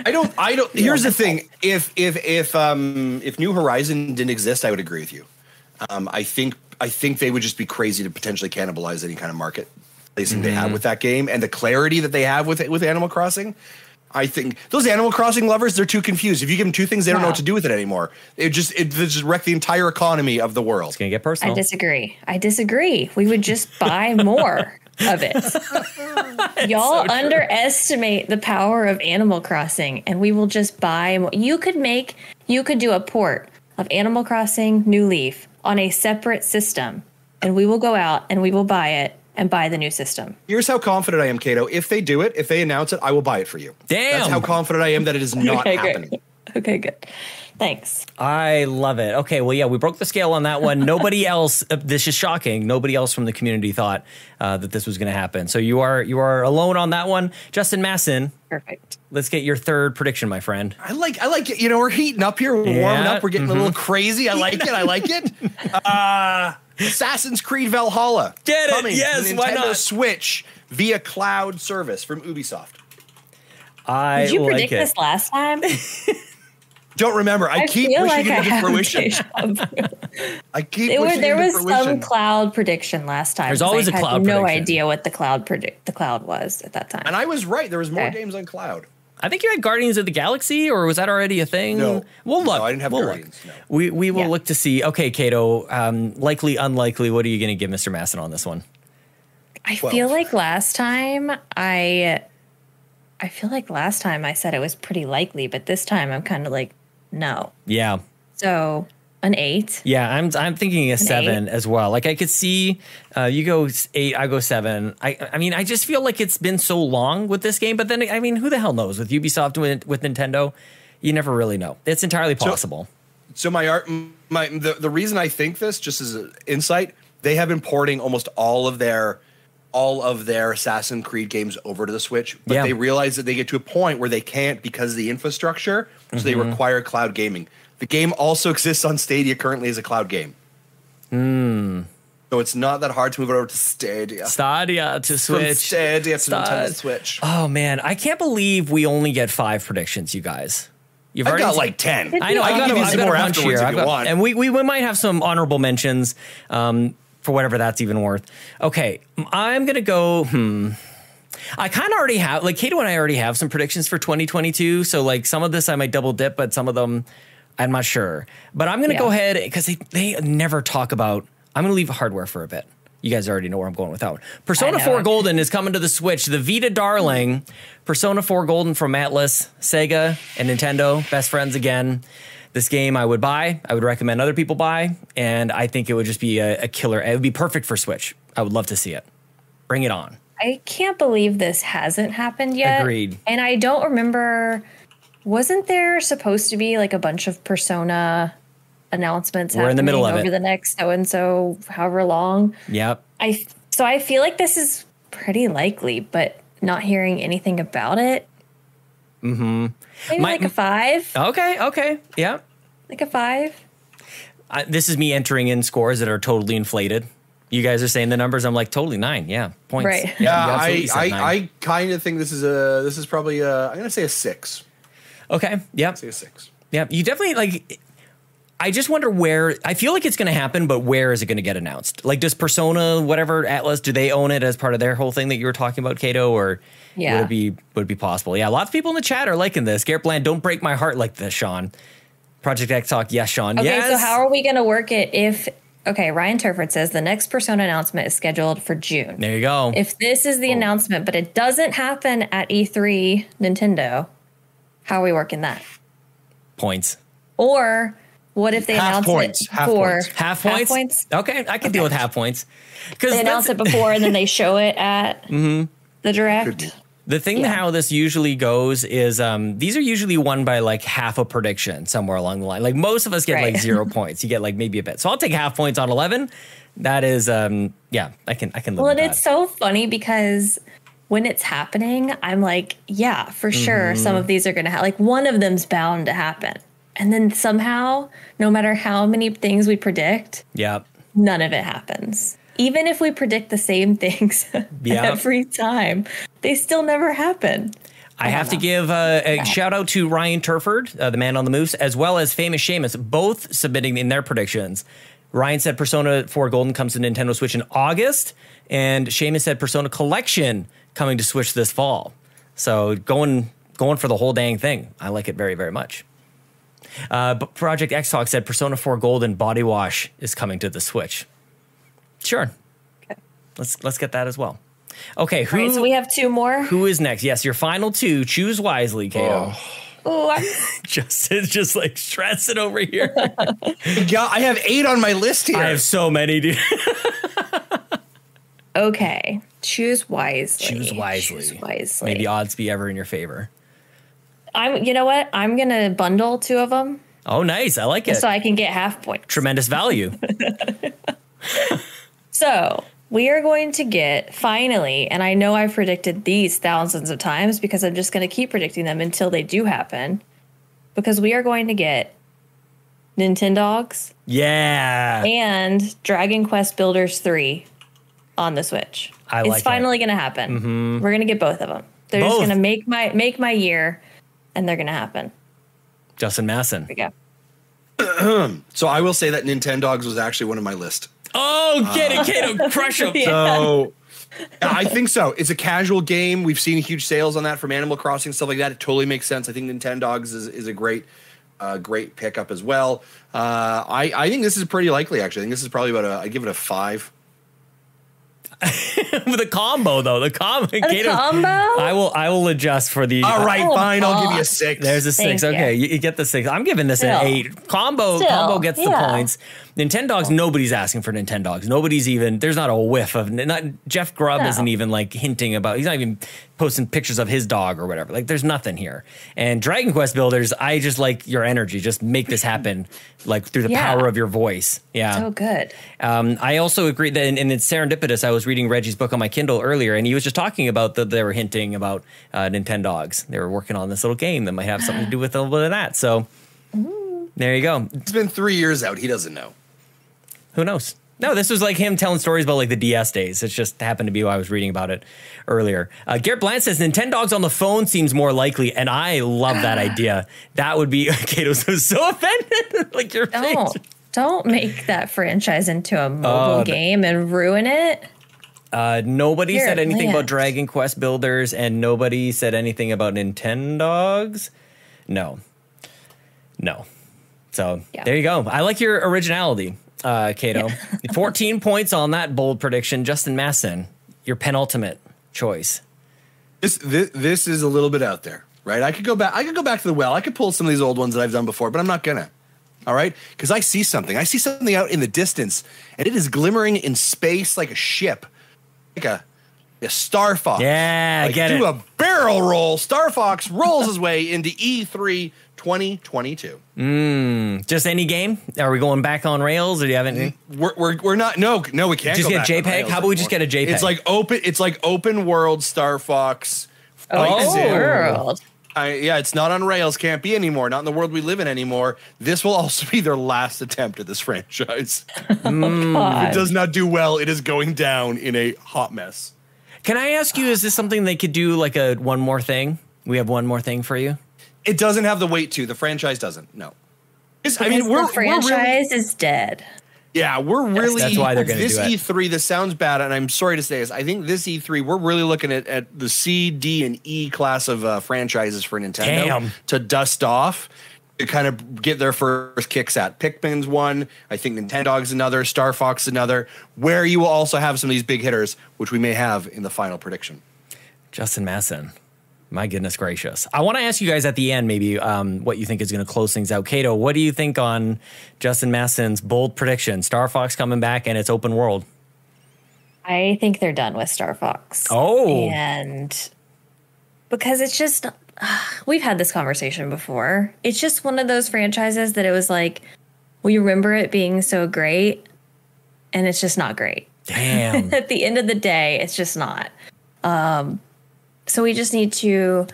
S3: I don't. I don't. Here's the thing: if if if um if New Horizon didn't exist, I would agree with you. Um, I think I think they would just be crazy to potentially cannibalize any kind of market placing they have with that game and the clarity that they have with it with Animal Crossing. I think those Animal Crossing lovers they're too confused. If you give them two things, they don't know
S2: Wow.
S3: what to do with it anymore. It just it, they just wreck the entire economy of the world.
S1: gonna get
S2: I
S1: personal.
S2: disagree. I disagree. We would just buy more of it. Y'all underestimate the power of Animal Crossing, and we will just buy. More. You could make, you could do a port of Animal Crossing New Leaf on a separate system, and we will go out and we will buy it and buy the new system.
S3: Here's how confident I am, Kato. If they do it, if they announce it, I will buy it for you. That's
S1: Damn.
S3: how confident I am that it is not
S2: okay,
S3: happening.
S2: great. Okay, good. Thanks.
S1: I love it. Okay, well, yeah, we broke the scale on that one. Nobody else. uh, This is shocking. Nobody else from the community thought uh, that this was going to happen. So you are you are alone on that one, Justin Masson.
S2: Perfect.
S1: Let's get your third prediction, my friend.
S3: I like I like it. You know, we're heating up here, we're warming
S1: Yeah, mm-hmm.
S3: up, we're getting a little crazy. I like it. I like it. Uh, Assassin's Creed Valhalla.
S1: Get it,
S3: Coming to
S1: yes,
S3: Nintendo
S1: why not?
S3: Switch via cloud service from Ubisoft.
S1: I
S2: Did you
S1: like
S2: predict
S1: it.
S2: this last time?
S3: Don't remember. I,
S2: I
S3: keep
S2: feel
S3: wishing
S2: like
S3: it
S2: I
S3: into
S2: have
S3: fruition.
S2: deja vu.
S3: I keep
S2: It was,
S3: wishing
S2: there
S3: it into
S2: was
S3: fruition.
S2: some cloud prediction last time.
S1: There's
S2: 'cause
S1: always
S2: I
S1: a
S2: had
S1: cloud
S2: No
S1: prediction.
S2: idea what the cloud predict the cloud was at that time.
S3: and I was right. There was more
S2: Okay.
S3: games on cloud.
S1: I think you had Guardians of the Galaxy, or was that already a thing?
S3: No.
S1: Mm, We'll
S3: No,
S1: look.
S3: I didn't have
S1: we'll
S3: Guardians,
S1: Look.
S3: no.
S1: We we will
S2: Yeah.
S1: look to see. Okay, Cato. Um, likely, unlikely. What are you going to give Mr. Masson on this one?
S2: I
S3: 12.
S2: feel like last time I I feel like last time I said it was pretty likely, but this time I'm kind of like no.
S1: Yeah.
S2: So an 8.
S1: Yeah, I'm I'm thinking a seven as well. Like I could see uh, you go s- eight, I go seven. I I mean I just feel like it's been so long with this game, but then I mean who the hell knows with Ubisoft with, with Nintendo, you never really know. It's entirely possible.
S3: So my art, my the, the reason I think this, just as an insight, they have been porting almost all of their all of their Assassin's Creed games over to the Switch, but
S1: Yeah.
S3: they realize that they get to a point where they can't because of the infrastructure, so they
S1: Mm-hmm.
S3: require cloud gaming. The game also exists on Stadia currently as a cloud game. Hmm. So it's not that hard to move it over to Stadia.
S1: Stadia to
S3: From
S1: Switch.
S3: Stadia to
S1: Stadia.
S3: Nintendo Switch.
S1: Oh man, I can't believe we only get five predictions, you guys. You've
S3: I got
S1: already-
S3: like ten.
S1: I know.
S2: I'll
S1: I got,
S2: give
S1: a-
S2: you
S1: I've
S2: some
S1: got
S3: more
S1: a bunch
S3: afterwards
S1: here.
S3: if
S1: I've
S3: you
S1: got-
S3: want.
S1: And we, we, we might have some honorable mentions um, for whatever that's even worth. Okay, I'm going to go. Hmm. I kind of already have, like, Kato and I already have some predictions for 2022. So, like, some of this I might double dip, but some of them I'm not sure. But I'm going to
S2: Yeah.
S1: go ahead because they, they never talk about, I'm going to leave hardware for a bit. You guys already know where I'm going with that one. Persona
S2: know.
S1: 4 Golden is coming to the Switch. The Vita Darling, Persona 4 Golden from Atlas, Sega, and Nintendo, best friends again. This game I would buy. I would recommend other people buy. And I think it would just be a, a killer. It would be perfect for Switch. I would love to see it. Bring it on.
S2: I can't believe this hasn't happened yet.
S1: Agreed.
S2: And I don't remember. Wasn't there supposed to be like a bunch of persona announcements?
S1: We're in the
S2: happening
S1: middle of
S2: over
S1: it.
S2: the next so and so, however long.
S1: Yep.
S2: I so I feel like this is pretty likely, but not hearing anything about it. Mm-hmm. Maybe
S1: My-
S2: like a five,
S1: Okay. Okay. Yep.
S2: like a five.
S1: I, this is me entering in scores that are totally inflated. You guys are saying the numbers. I'm like totally nine. Yeah, points.
S2: Right.
S1: you
S3: Yeah, I
S1: absolutely said
S3: I,
S1: nine.
S3: I kind of think this is a this is probably a I'm gonna say a six.
S1: okay. Yep.
S3: Say a six.
S1: Yep. You definitely like. I just wonder where I feel like it's going to happen, but where is it going to get announced? Like, does Persona, whatever Atlas, do they own it as part of their whole thing that you were talking about, Kato, or
S2: Yeah.
S1: would it be would it be possible? Yeah, lots of people in the chat are liking this. Garrett Bland, don't break my heart like this, Sean. Project X Talk, yes, Sean.
S2: Okay,
S1: yes.
S2: so how are we going to work it if? Okay, Ryan Turford says the next persona announcement is scheduled for June.
S1: there you go.
S2: If this is the announcement, but it doesn't happen at E3 Nintendo, how are we working that?
S1: Points.
S2: Or what if they
S3: Half
S2: announce
S3: points,
S2: it
S3: half
S2: before
S3: points.
S1: Half points. Okay, I can deal with half points. Because
S2: They announce it before and then they show it at the
S3: Could be.
S2: direct.
S1: The thing how this usually goes is um, these are usually won by like half a prediction somewhere along the line. Like most of us get like
S2: Right.
S1: zero points. You get like maybe a bit. So I'll take half points on eleven. That is um, yeah, I can I can live
S2: Well,
S1: with
S2: and
S1: that.
S2: it's so funny because when it's happening, I'm like, yeah, for sure,
S1: Mm-hmm.
S2: some of these are going to happen. Like one of them's bound to happen. And then somehow, no matter how many things we predict,
S1: yeah.
S2: none of it happens. Even if we predict the same things
S1: Yeah.
S2: every time, they still never happen.
S1: I have to give uh, a shout out to Ryan Turford, uh, the man on the moose, as well as Famous Seamus, both submitting in their predictions. Ryan said Persona 4 Golden comes to Nintendo Switch in August, and Seamus said Persona Collection coming to Switch this fall. So going going for the whole dang thing. I like it very very much. Uh, but Project X Talk said Persona 4 Golden Body Wash is coming to the Switch. Sure, let's let's get that as well. Okay, who
S2: Right, so we have two more.
S1: who is next? Yes, your final two. Choose wisely, KO.
S3: Oh.
S2: Ooh, I'm
S1: Justin's just like stressing over here.
S3: God, I have eight on my list here.
S1: I have so many, dude.
S2: Okay. Choose wisely.
S1: Choose wisely.
S2: Choose wisely.
S1: May the odds be ever in your favor.
S2: I'm. You know what? I'm gonna bundle two of them
S1: Oh, nice. I like it.
S2: so I can get half points.
S1: Tremendous value.
S2: So we are going to get finally, and I know I've predicted these thousands of times because I'm just going to keep predicting them until they do happen. Because we are going to get Nintendogs
S1: Yeah.
S2: and Dragon Quest Builders 3 on the Switch.
S1: I like
S2: it's
S1: it. Mm-hmm.
S2: finally going to happen. We're going to get both of them. They're just
S1: Both.
S2: going to make my make my year, and they're going to happen.
S1: Justin Masson.
S2: There we go.
S3: so I will say that Nintendogs was actually one of my list.
S1: Oh, get it, Kato. Crush him.
S2: Yeah.
S3: So Oh. I think so. It's a casual game. We've seen huge sales on that from Animal Crossing stuff like that. It totally makes sense. I think Nintendogs is is a great. uh great pickup as well. Uh, I I think this is pretty likely. Actually, I think this is probably about a. I give it a five.
S1: With a combo, though. The combo. Kato-
S2: combo?
S1: I will, I will adjust for the.
S3: All right,
S2: Oh,
S3: fine. I'll give you a
S2: fuck.
S3: six.
S1: There's a six.
S2: Thank you.
S1: Okay, you, you get the six. I'm giving this an
S2: Still.
S1: eight. Combo
S2: Still,
S1: combo gets the
S2: yeah.
S1: points. Nintendogs. Nobody's asking for Nintendogs. Nobody's even. There's not a whiff of. Not Jeff Grubb
S2: No.
S1: isn't even like hinting about. He's not even posting pictures of his dog or whatever. Like there's nothing here. And Dragon Quest Builders. I just like your energy. Just make this happen. like through the
S2: Yeah.
S1: power of your voice. Yeah.
S2: So Oh, good.
S1: Um, I also agree that, and, and it's serendipitous. I was reading Reggie's book on my Kindle earlier, and he was just talking about that they were hinting about uh, Nintendogs. They were working on this little game that might have something to do with a little bit of that. So there you go.
S3: It's been three years out. He doesn't know.
S1: Who knows? No, this was like him telling stories about like the DS days. It just happened to be why I was reading about it earlier. Uh, Garrett Bland says Nintendogs on the phone seems more likely, and I love that idea. That would be Kato so so offended, like your face.
S2: Don't don't make that franchise into a mobile
S1: Oh, the-
S2: game and ruin it.
S1: Uh, nobody
S2: Here,
S1: said anything about
S2: Lance.
S1: Dragon Quest Builders, and nobody said anything about Nintendogs. No, no. So
S2: Yeah.
S1: there you go. I like your originality, uh, Kato. Fourteen points on that bold prediction. Justin Masson, your penultimate choice.
S3: This, this this is a little bit out there, right? I could go back. I could go back to the well. I could pull some of these old ones that I've done before, but I'm not gonna. All right, because I see something. I see something out in the distance, and it is glimmering in space like a ship, like a a Star Fox.
S1: Yeah, I
S3: like
S1: get
S3: do
S1: it.
S3: a barrel roll. Star Fox rolls his way into E E3 2022.
S1: Just any game? Are we going back on rails, or do you have anything?
S3: We're, we're, we're not no no we can't
S1: Just
S3: go
S1: get
S3: back on
S1: JPEG?
S3: rails
S1: How about we just
S3: anymore.
S1: get a JPEG?
S3: It's like open. It's like open world Star Fox. Flight
S1: Oh.
S3: Sim.
S2: world.
S3: I, yeah, it's not on rails. Can't be anymore. Not in the world we live in anymore. This will also be their last attempt at this franchise.
S2: God.
S3: It does not do well. It is going down in a hot mess.
S1: Can I ask you? Is this something they could do like a one more thing? We have one more thing for you.
S3: It doesn't have the weight to. The franchise doesn't. No. It's- I mean,
S2: Because
S3: we're
S2: the
S3: we're really-
S2: franchise is dead.
S3: yeah, we're really.
S1: That's why they're gonna
S3: this
S1: do it.
S3: E3. This sounds bad, and I'm sorry to say this. I think this E3 we're really looking at, at the C, D, and E class of uh, franchises for Nintendo
S1: Damn.
S3: to dust off to kind of get their first kicks at. Pikmin's one, I think Nintendo's another, Star Fox another, where you will also have some of these big hitters, which we may have in the final prediction.
S1: Justin Masson. My goodness gracious. I want to ask you guys at the end, maybe, um, what you think is going to close things out. Kato, what do you think on Justin Masson's bold prediction? Star Fox coming back and it's open world.
S2: I think they're done with Star Fox.
S1: Oh.
S2: And because it's just we've had this conversation before. It's just one of those franchises that it was like we remember it being so great and it's just not great.
S1: Damn.
S2: at the end of the day, it's just not. Um, so we just need to,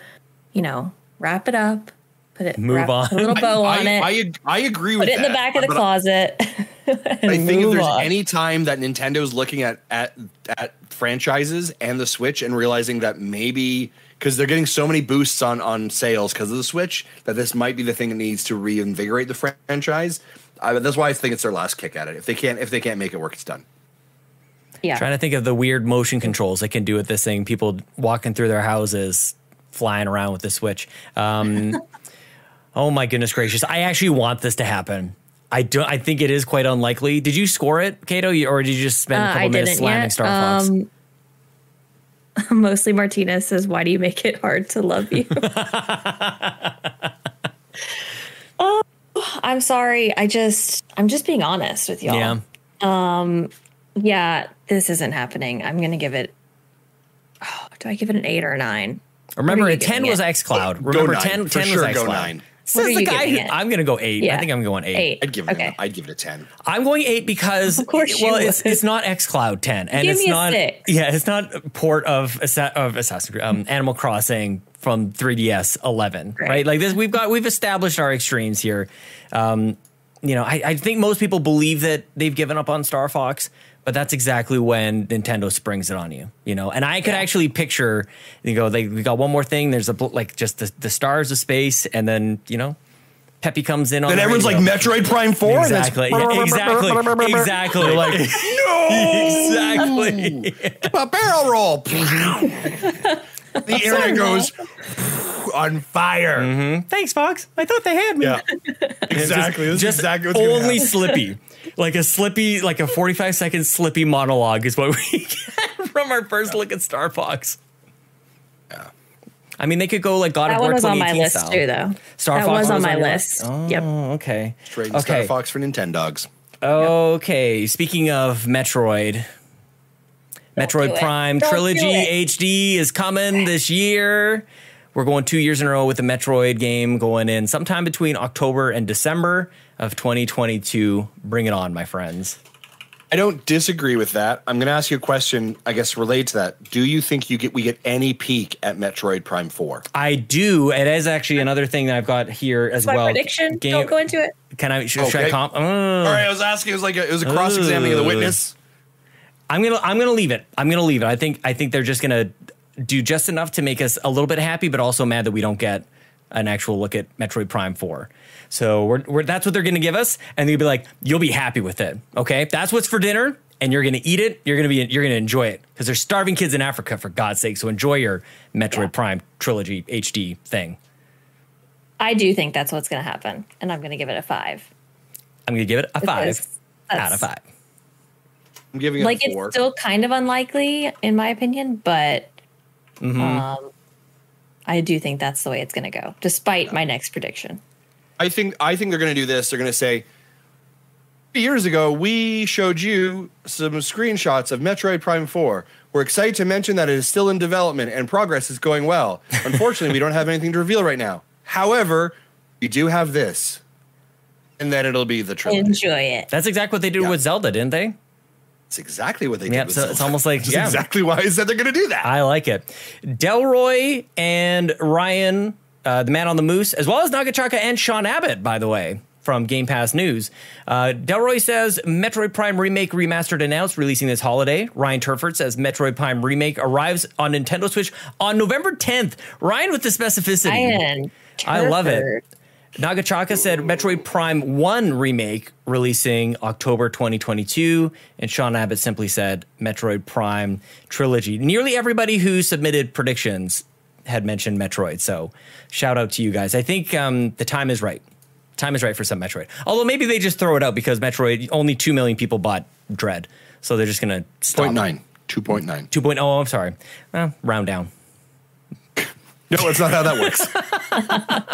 S2: you know, wrap it up, put it
S1: Move
S2: wrap,
S1: on.
S2: put a little bow
S3: I,
S2: on it,
S3: I, ag- I agree
S2: put
S3: with
S2: it in the
S3: that,
S2: back of the
S3: but
S2: closet.
S3: I think if
S2: move
S3: there's
S2: on.
S3: any time that Nintendo's looking at at at franchises and the Switch and realizing that maybe because they're getting so many boosts on on sales because of the Switch that this might be the thing that needs to reinvigorate the franchise. I, that's why I think it's their last kick at it. If they can't if they can't make it work, it's done.
S2: Yeah.
S1: Trying to think of the weird motion controls it can do with this thing. People walking through their houses, flying around with the Switch. Um, oh my goodness gracious! I actually want this to happen. I do. I think it is quite unlikely. Did you score it, Kato, You- or did you just spend a
S2: Uh,
S1: couple minutes slamming Star Fox?
S2: Um, mostly Martinez says, Why do you make it hard to love you? Oh, I'm sorry. I just, I'm just being honest with y'all.
S1: yeah.
S2: Yeah, this isn't happening. I'm going to give it, oh, do I give it an eight or a nine?
S3: Oh,
S1: Remember,
S2: What are you
S1: it ten
S2: giving
S1: was
S2: it?
S1: X Cloud. Remember,
S3: nine.
S1: 10,
S3: For
S1: 10
S3: sure,
S1: was X
S3: go
S1: Cloud.
S3: nine.
S1: Says
S2: What are
S1: the
S2: you
S1: guy
S2: giving
S1: who-
S2: it?
S1: I'm going to go eight. I
S2: Yeah.
S1: think I'm going eight.
S2: Eight.
S3: I'd give it.
S2: Okay.
S3: A, I'd give it a ten.
S1: I'm going eight because
S2: Of course you
S1: well, it's
S2: would.
S1: it's not X Cloud ten, and
S2: Give
S1: it's
S2: me a
S1: not
S2: six.
S1: yeah, it's not port of Assa- of Assassin's Creed, um, Animal Crossing from 3ds 11,
S2: Right.
S1: right? Like this, we've got we've established our extremes here. Um, you know, I, I think most people believe that they've given up on Star Fox, but that's exactly when Nintendo springs it on you. You know, and I could actually picture you go, they we got one more thing. There's a bl- like just the, the stars of space, and then you know. Peppy comes in on
S3: Then
S1: the
S3: everyone's like
S1: radio.
S3: Metroid Prime Four. and it's-
S1: Exactly. Yeah, exactly. Exactly.
S3: You're like no.
S1: exactly.
S3: a barrel roll. the area goes on fire.
S1: Thanks, Fox. I thought they had me.
S3: Yeah, exactly. This is exactly what's gonna
S1: only
S3: happen.
S1: Slippy, like a Slippy, like a forty-five second Slippy monologue is what we get from our first look at Star Fox. Yeah. I mean, they could go like God
S2: That
S1: of War
S2: one was on my
S1: 2018
S2: list
S1: style.
S2: too, though.
S1: Star
S2: that
S1: Fox
S2: was on my
S1: your
S2: list. Yep.
S1: Oh, okay.
S3: Trading Star
S1: okay.
S3: Fox for Nintendogs.
S1: Okay. Speaking of Metroid,
S2: do
S1: Metroid
S2: it.
S1: Prime
S2: Don't do
S1: Trilogy
S2: it.
S1: HD is coming this year. We're going two years in a row with the Metroid game going in sometime between October and December of 2022. Bring it on, my friends.
S3: I don't disagree with that. I'm going to ask you a question. I guess related to that. Do you think you get we get any peak at Metroid Prime Four?
S1: I do. It is actually another thing that I've got here as
S2: My
S1: well.
S2: prediction.
S1: Game-
S2: Don't go into it.
S1: can I? Should, should I
S3: Okay.
S1: comp? Mm.
S3: All right, I was asking. It was like a, it was a cross examining of the
S1: Ugh.
S3: witness.
S1: I'm gonna I'm gonna leave it. I'm gonna leave it. I think I think they're just gonna do just enough to make us a little bit happy, but also mad that we don't get an actual look at Metroid Prime Four. So we're, we're that's what they're gonna give us, and they'll be like, "You'll be happy with it, okay? That's what's for dinner, and you're gonna eat it. You're gonna be you're gonna enjoy it because there's starving kids in Africa for God's sake. So enjoy your Metroid
S2: Yeah.
S1: Prime trilogy HD thing.
S2: I do think that's what's going to happen, and I'm going to give it a five.
S1: I'm gonna give it a five
S2: Because
S1: out of
S2: that's-
S1: five.
S3: I'm giving it
S2: Like
S3: a
S2: it's
S3: four.
S2: still kind of unlikely, in my opinion, but
S1: Mm-hmm.
S2: um, I do think that's the way it's going to go, despite my next prediction.
S3: I think I think they're going to do this. They're going to say, years ago, we showed you some screenshots of Metroid Prime 4. We're excited to mention that it is still in development and progress is going well. Unfortunately, we don't have anything to reveal right now. However, we do have this. And then it'll be the trilogy.
S2: Enjoy it.
S1: That's exactly what they did
S3: Yeah.
S1: with Zelda, didn't they?
S3: It's exactly what they
S1: Yep,
S3: did. with
S1: so it's
S3: Zelda.
S1: almost like-
S3: That's
S1: yeah.
S3: exactly why I said they're going to do that.
S1: I like it. Delroy and Ryan, uh, the man on the moose, as well as Nagachaka and Sean Abbott, by the way, from Game Pass News. Uh, Delroy says Metroid Prime Remake Remastered announced, releasing this holiday. Ryan Turford says Metroid Prime Remake arrives on Nintendo Switch on November 10th. Ryan with the specificity.
S2: Ryan
S1: I love it. Mm.
S2: Turford.
S1: Nagachaka said Metroid Prime 1 remake releasing October 2022. And Sean Abbott simply said Metroid Prime trilogy. Nearly everybody who submitted predictions had mentioned Metroid. So shout out to you guys. I think um, the time is right. Time is right for some Metroid. Although maybe they just throw it out because Metroid, only 2 million people bought Dread. So they're just going to stop.
S3: 0.9. 2.9.
S1: 2.0, I'm sorry. Uh, round down.
S3: No, that's not how that works.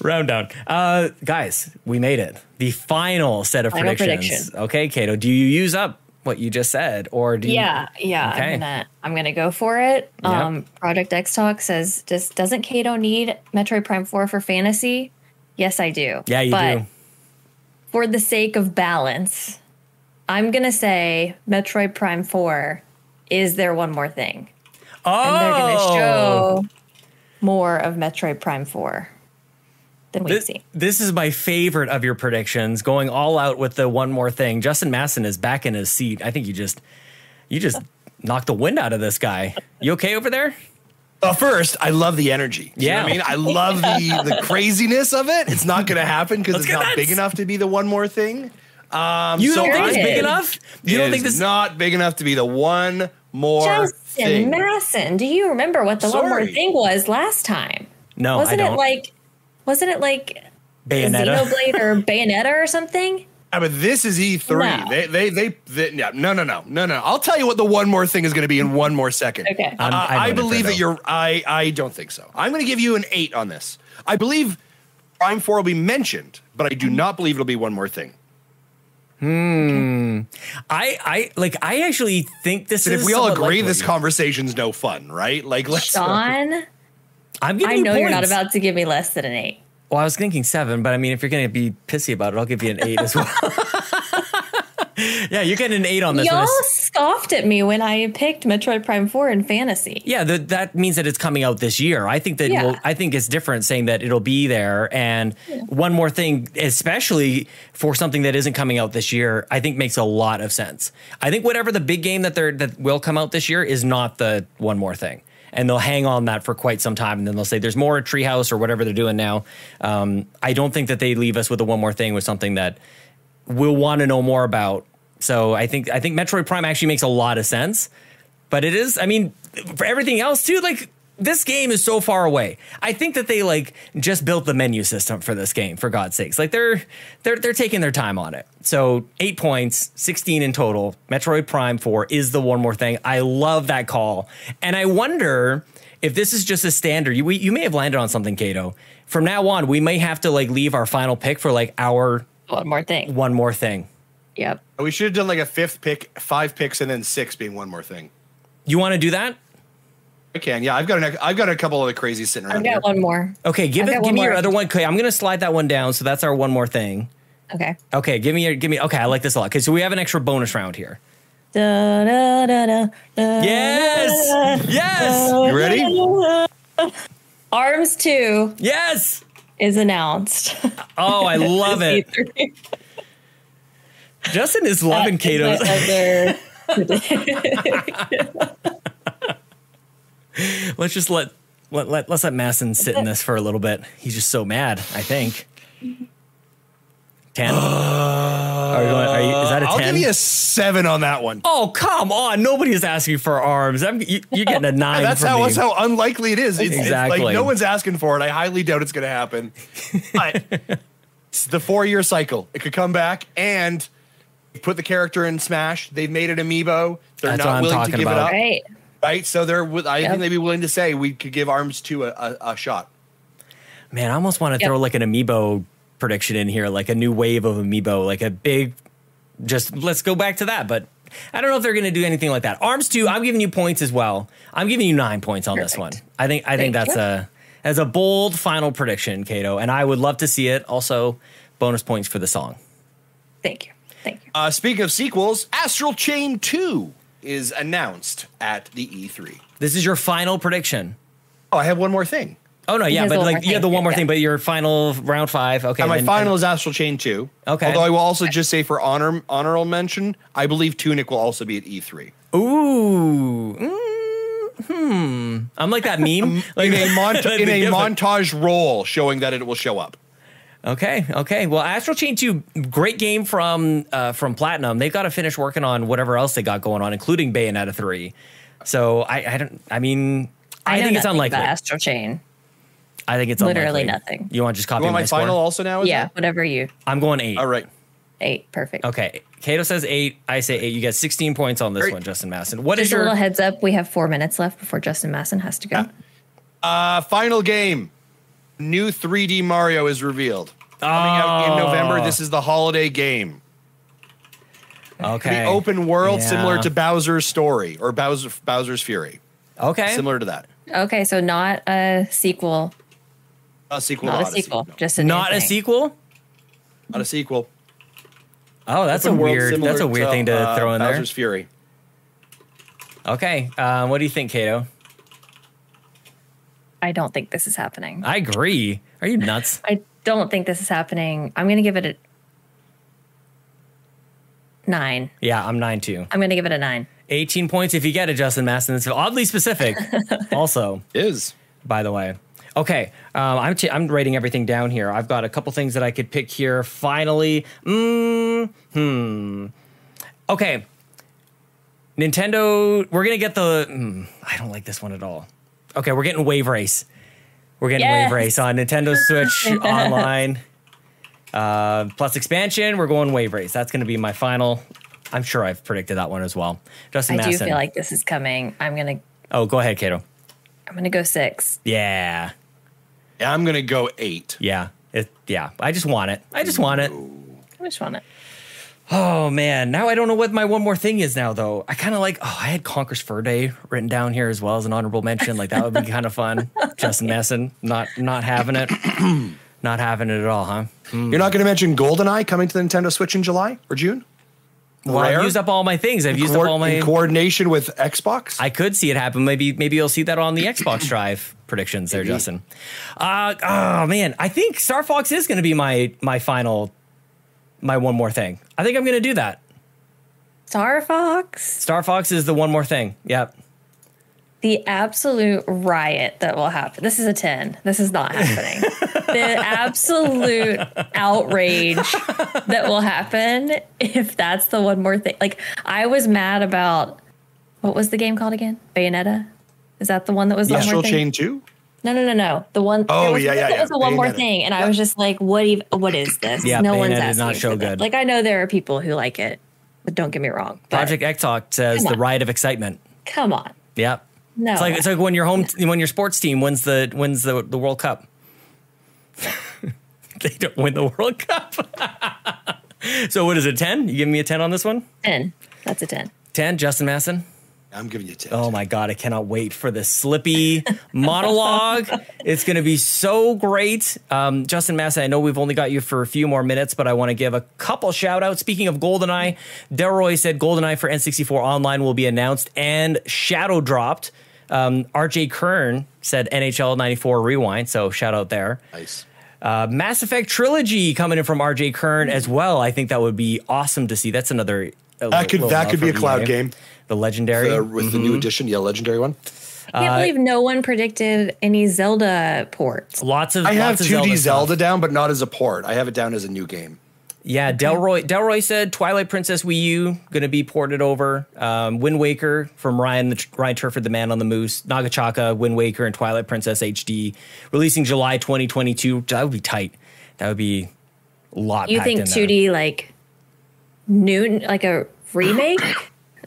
S1: Round down. Uh, guys, we made it. The final set of
S2: Final
S1: predictions. Okay, Kato, do you use up what you just said? Or do you
S2: Yeah, yeah.
S1: Okay.
S2: I'm gonna I'm gonna go for it. Um Project X Talk says just doesn't Kato need Metroid Prime 4 for fantasy? Yes, I do.
S1: Yeah, you
S2: but
S1: do.
S2: for the sake of balance, I'm gonna say Metroid Prime 4 is there one more thing? And they're
S1: Oh!
S2: gonna show more of Metroid Prime 4 than we've
S1: This,
S2: seen.
S1: this is my favorite of your predictions, going all out with the one more thing. Justin Masson is back in his seat. I think you just you just knocked the wind out of this guy. You okay over there?
S3: Well, first, I love the energy. Do
S1: Yeah.
S3: you know what I mean, I love the the craziness of it. It's not going to happen because
S1: Let's
S3: it's
S1: go
S3: not
S1: nuts.
S3: big enough to be the one more thing. Um,
S1: You
S3: so
S1: don't think
S3: I
S1: it's
S2: Period.
S1: big enough? You
S3: it
S1: don't think
S3: is
S1: this?
S3: not big enough to be the one more
S2: Justin
S3: thing.
S2: Masson, do you remember what the one more
S3: Sorry.
S2: thing was last time?
S1: no,
S2: wasn't
S1: I
S2: it
S1: don't.
S2: like wasn't it like
S1: Bayonetta?
S2: Xenoblade or Bayonetta or something?
S3: Yeah, but this is E3.
S2: No.
S3: They, they, they, they, no, no, no, no, no, no. I'll tell you what the one more thing is going to be in one more second.
S2: Okay.
S3: Uh,
S1: I'm- I'm
S3: I
S1: on it,
S3: believe that
S1: Fredo.
S3: you're. I, I don't think so. I'm going to give you an eight on this. I believe Prime Four will be mentioned, but I do not believe it'll be one more thing.
S1: I, I like. I actually think this
S3: And
S1: is.
S3: if we all
S1: somewhat
S3: agree,
S1: likely.
S3: this conversation's no fun, right? Like, let's.
S2: Sean,
S1: I'm giving
S2: I
S1: you
S2: know you're not
S1: points.
S2: about to give me less than an eight.
S1: Well, I was thinking seven, but I mean, if you're going to be pissy about it, I'll give you an eight as well. yeah, you're getting an eight on this. one.
S2: Y'all
S1: It's-
S2: scoffed at me when I picked Metroid Prime 4 in fantasy.
S1: Yeah, that that means that it's coming out this year. I think that
S2: Yeah.
S1: will I think it's different saying that it'll be there. And one more thing, especially for something that isn't coming out this year, I think makes a lot of sense. I think whatever the big game that they're that will come out this year is not the one more thing. And they'll hang on that for quite some time, and then they'll say there's more at Treehouse or whatever they're doing now. Um, I don't think that they leave us with the one more thing with something that we'll want to know more about. So I think I think Metroid Prime actually makes a lot of sense. But it is, I mean, for everything else too, like this game is so far away. I think that they like just built the menu system for this game, for God's sakes. Like they're they're they're taking their time on it. So eight points, 16 in total. Metroid Prime 4 is the one more thing. I love that call. And I wonder if this is just a standard. You we, you may have landed on something, Kato. From now on, we may have to like leave our final pick for like our
S2: One more thing.
S1: one more thing.
S2: Yep.
S3: We should have done like a fifth pick, five picks, and then six being one more thing.
S1: You want to do that?
S3: I can. Yeah, I've got an, I've got a couple other crazies sitting
S2: I've
S3: around here.
S2: got one more.
S1: Okay, give
S2: I've
S1: it,
S2: got
S1: give
S2: one
S1: me your
S2: more.
S1: other one. Okay, I'm gonna slide that one down. So that's our one more thing.
S2: Okay.
S1: Okay, give me your give me. Okay, I like this a lot. Okay, so we have an extra bonus round here.
S2: Da, da, da, da, da, da,
S1: Yes,
S2: da,
S1: yes,
S3: You ready?
S2: da. Arms 2
S1: yes.
S2: is announced.
S1: Oh, I love it.
S2: E3.
S1: Justin is loving
S2: That
S1: Kato's.
S2: is my
S1: Let's just let let, let let's let Masson sit in this for a little bit. He's just so mad. I think. Ten. are you going, are you, is that a
S3: I'll give
S1: ten?
S3: you a seven on that one.
S1: oh come on! Nobody's asking for arms. I'm, you, you're getting a nine.
S3: That's
S1: from
S3: how
S1: me.
S3: that's how unlikely it is. It's, it's
S1: Exactly.
S3: like no one's asking for it. I highly doubt it's going to happen. But it's the four year cycle. It could come back and put the character in Smash. They've made an amiibo. They're
S1: That's what
S3: not
S1: I'm
S3: willing to
S1: talking
S3: give
S1: about.
S3: it up. Right.
S2: Right.
S3: So they're. wi- I
S2: Yep.
S3: think they'd be willing to say we could give Arms to a, a, a shot.
S1: Man, I almost want to
S2: Yep.
S1: throw like an amiibo prediction in here, like a new wave of amiibo, like a big just let's go back to that. But I don't know if they're gonna do anything like that. Arms two, I'm giving you points as well. I'm giving you nine points on this one.
S2: Perfect.
S1: I think I think
S2: Thank
S1: that's
S2: you.
S1: a as a bold final prediction, Kato, and I would love to see it. Also, bonus points for the song.
S2: Thank you. Thank you.
S3: Uh, speaking of sequels, Astral Chain Two is announced at the E3.
S1: This is your final prediction.
S3: Oh, I have one more thing.
S1: Oh no, yeah,
S2: has
S1: but
S2: one more
S1: like you
S2: thing.
S1: have the one more
S2: Yeah.
S1: thing, but your final round five. Okay,
S3: And Uh, my
S1: then-
S3: final is Astral Chain 2.
S1: Okay.
S3: Although I will also just say for honor honorable mention, I believe Tunic will also be at E E3.
S1: Ooh. Mm, hmm. I'm like that meme. like
S3: In a, mont-
S1: the
S3: in a
S1: gif of-
S3: montage roll showing that it will show up.
S1: Okay, okay. Well, Astral Chain Two, great game from uh, from Platinum. They've got to finish working on whatever else they got going on, including Bayonetta three. So I, I don't. I mean, I, think it's
S2: nothing
S1: unlikely.
S2: About Astral Chain.
S1: I think it's
S2: Literally
S1: unlikely.
S2: nothing.
S1: You want to just copy
S3: You want
S1: my,
S3: my final
S1: score?
S3: also now? is
S2: Yeah,
S3: it?
S2: whatever you
S1: I'm going eight.
S3: All right.
S2: ate. Perfect.
S1: Okay. Kato says eight. I say eight. You get 16 points on this
S3: Great.
S1: one, Justin Masson. What is
S2: Just a little
S1: your?
S2: heads up, we have four minutes left before Justin Masson has to go.
S3: Uh, final game. New 3D Mario is revealed. Coming out in
S1: Oh.
S3: November. This is the holiday game.
S1: Okay.
S3: The open world similar
S1: Yeah.
S3: to Bowser's Story or Bowser, Bowser's Fury.
S1: Okay.
S3: Similar to that.
S2: Okay, so not a sequel.
S3: A sequel.
S2: Not
S3: to
S2: a
S3: Odyssey.
S2: sequel.
S3: No,
S2: Just a new
S1: Not a
S2: thing.
S1: sequel.
S3: not a sequel.
S1: Oh, that's a
S3: Open world
S1: weird.
S3: similar
S1: That's a weird thing to
S3: uh,
S1: throw in there.
S3: Bowser's Fury.
S1: Okay. Um, what do you think, Kato?
S2: I don't think this is happening.
S1: I agree. Are you nuts?
S2: I don't think this is happening. I'm going to give it a nine.
S1: yeah, I'm nine too.
S2: I'm going to give it a nine.
S1: 18 points if you get it, Justin Masson. It's oddly specific, also,
S3: Is
S1: by the way. Okay, um, I'm, t- I'm writing everything down here. I've got a couple things that I could pick here. Finally, mm, hmm. Okay, Nintendo, we're going to get the. mm, I don't like this one at all. Okay, we're getting Wave Race. We're getting
S2: Yes.
S1: Wave Race on Nintendo Switch online. Uh, plus expansion, we're going Wave Race. That's going to be my final. I'm sure I've predicted that one as well. Justin
S2: I do
S1: Masson.
S2: feel like this is coming. I'm gonna
S1: Oh, go ahead, Kato.
S2: I'm gonna go six.
S1: Yeah,
S3: I'm gonna go eight.
S1: yeah, it, yeah. I just want it. I just want it.
S2: I just want it.
S1: Oh man, now I don't know what my one more thing is. Now though, I kind of like. Oh, I had Conker's Fur Day written down here as well as an honorable mention. Like that would be kind of fun. Justin Masson not not having it, not having it at all, huh?
S3: Mm. You're not gonna mention GoldenEye coming to the Nintendo Switch in July or June?
S1: Well, I've
S3: Rare?
S1: used up all my things. I've used
S3: Coor-
S1: up all my.
S3: in coordination with Xbox.
S1: I could see it happen. Maybe maybe you'll see that on the Xbox Drive predictions there, Justin. Uh, oh man, I think Star Fox is going to be my my final, my one more thing. I think I'm going to do that.
S2: Star Fox.
S1: Star Fox is the one more thing. Yep.
S2: the absolute riot that will happen. This is a 10. This is not happening. the absolute outrage that will happen if that's the one more thing. Like, I was mad about what was the game called again? Bayonetta? Is that the one that was the one
S3: Astral
S2: more thing?
S3: Chain Two.
S2: No, no, no, no. The one.
S3: Oh,
S2: there was
S3: yeah,
S2: one
S3: yeah,
S2: that
S3: yeah.
S2: was the one more
S3: Bayonetta.
S2: thing, and I
S3: Yeah.
S2: was just like, "What? Even, what is this?
S1: Yeah,
S2: no one's
S1: Bayonetta did
S2: asking
S1: not show
S2: for this.
S1: good.
S2: Like, I know there are people who like it, but don't get me wrong. But
S1: Project X Talk says
S2: Come
S1: the
S2: on.
S1: riot of excitement.
S2: come on,
S1: Yep.
S2: no.
S1: It's like it's like when your home when your sports team wins the wins the the World Cup. they don't win the World Cup. so what is it? Ten? You give me a ten on this one?
S2: 10. That's a ten.
S1: Ten? Justin Masson.
S3: I'm giving you ten.
S1: Oh my God, I cannot wait for this slippy monologue. It's going to be so great. Um, Justin Massa, I know we've only got you for a few more minutes, but I want to give a couple shout outs. Speaking of GoldenEye, Delroy said GoldenEye for N64 Online will be announced and shadow dropped. Um, RJ Kern said NHL 94 Rewind, so shout out there.
S3: Nice.
S1: Uh, Mass Effect Trilogy coming in from RJ Kern as well. I think that would be awesome to see. That's another. uh,
S3: That could- that could be a cloud game.
S1: E The legendary.
S3: Uh, with the new edition, yeah, legendary one.
S2: I
S1: Uh,
S2: can't believe no one predicted any Zelda ports.
S1: Lots of
S3: I
S1: lots
S3: have
S1: of
S3: 2D Zelda,
S1: stuff.
S3: down, but not as a port. I have it down as a new game.
S1: Yeah,
S3: Mm-hmm.
S1: Delroy. Delroy said Twilight Princess Wii U going to be ported over. Um, Wind Waker from Ryan the, Ryan Turford, the man on the moose. Nagachaka, Wind Waker, and Twilight Princess HD releasing July 2022. That would be tight. That would be a lot.
S2: You
S1: packed
S2: think
S1: in there.
S2: 2D like new, like a remake,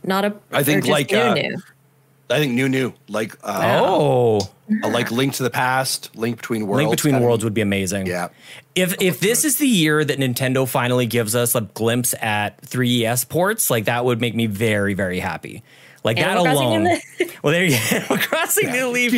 S2: not a.
S3: I think
S2: or just
S3: like,
S2: new,
S3: uh,
S2: new.
S3: I think new, new, like uh,
S1: Oh,
S3: a like Link to the Past, Link Between Worlds.
S1: Link Between
S3: kind of-
S1: Worlds would be amazing.
S3: Yeah.
S1: If if this is the year that Nintendo finally gives us a glimpse at 3DS ports, like that would make me very very happy. Like
S2: Animal
S1: that
S2: Crossing in
S1: alone.
S2: the-
S1: well, there you go. Crossing New Leaf.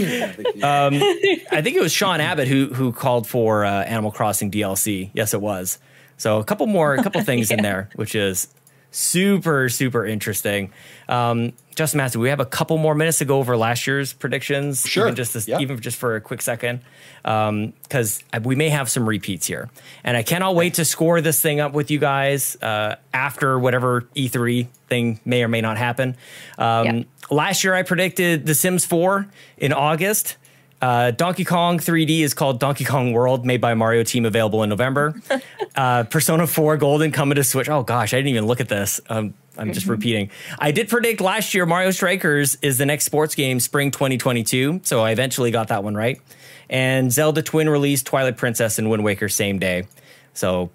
S1: I think it was Sean Abbott who who called for uh, Animal Crossing DLC. Yes, it was. So a couple more, a couple things in there, which is super super interesting. Um, Justin Matthew, we have a couple more minutes to go over last year's predictions.
S3: Sure.
S1: even just this,
S3: Yeah.
S1: even just for a quick second, because we may have some repeats here, and I cannot wait to score this thing up with you guys uh, after whatever E3 thing may or may not happen. Um,
S2: Yeah.
S1: Last year, I predicted The Sims 4 in August. Uh, Donkey Kong 3D is called Donkey Kong World, made by Mario Team, available in November. uh, Persona 4 Golden coming to Switch. Oh gosh, I didn't even look at this. Um, I'm
S2: Mm-hmm.
S1: just repeating. I did predict last year Mario Strikers is the next sports game, spring 2022. So I eventually got that one right. And Zelda Twin release, Twilight Princess, and Wind Waker same day. So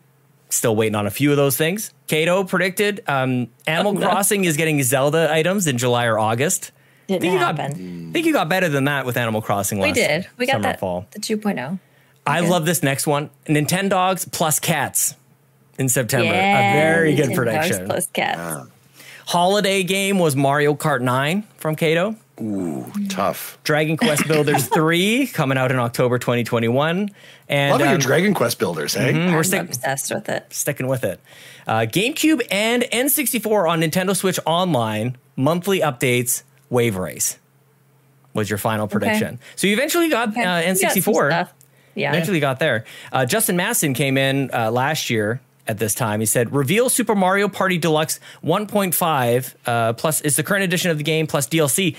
S1: still waiting on a few of those things. Kato predicted um,
S2: Oh,
S1: Animal Crossing is getting Zelda items in July or August.
S2: Didn't
S1: think you
S2: happen.
S1: Got, think you got better than that with Animal Crossing last
S2: We did. We got
S1: summer
S2: that.
S1: fall.
S2: The oh. 2.0.
S1: I
S2: did.
S1: love this next one. Nintendogs plus cats in September.
S2: Yeah,
S1: a very good
S2: Nintendo
S1: prediction.
S2: Plus cats.
S3: Ah.
S1: Holiday game was Mario Kart 9 from Kato.
S3: Ooh, tough.
S1: Dragon Quest Builders 3 coming out in October 2021. And Mm-hmm.
S3: Love your
S1: um,
S3: Dragon Quest builders, eh?
S2: I'm
S1: stick-
S2: obsessed with it.
S1: sticking with it. Uh, GameCube and N64 on Nintendo Switch Online monthly updates. Wave Race was your final prediction. So you eventually got
S2: Okay,
S1: uh,
S2: we got some
S1: N64.
S2: stuff. Yeah.
S1: Eventually got there. Uh, Justin Masson came in uh, last year at this time. He said, "Reveal Super Mario Party Deluxe 1.5 uh, plus is the current edition of the game plus DLC."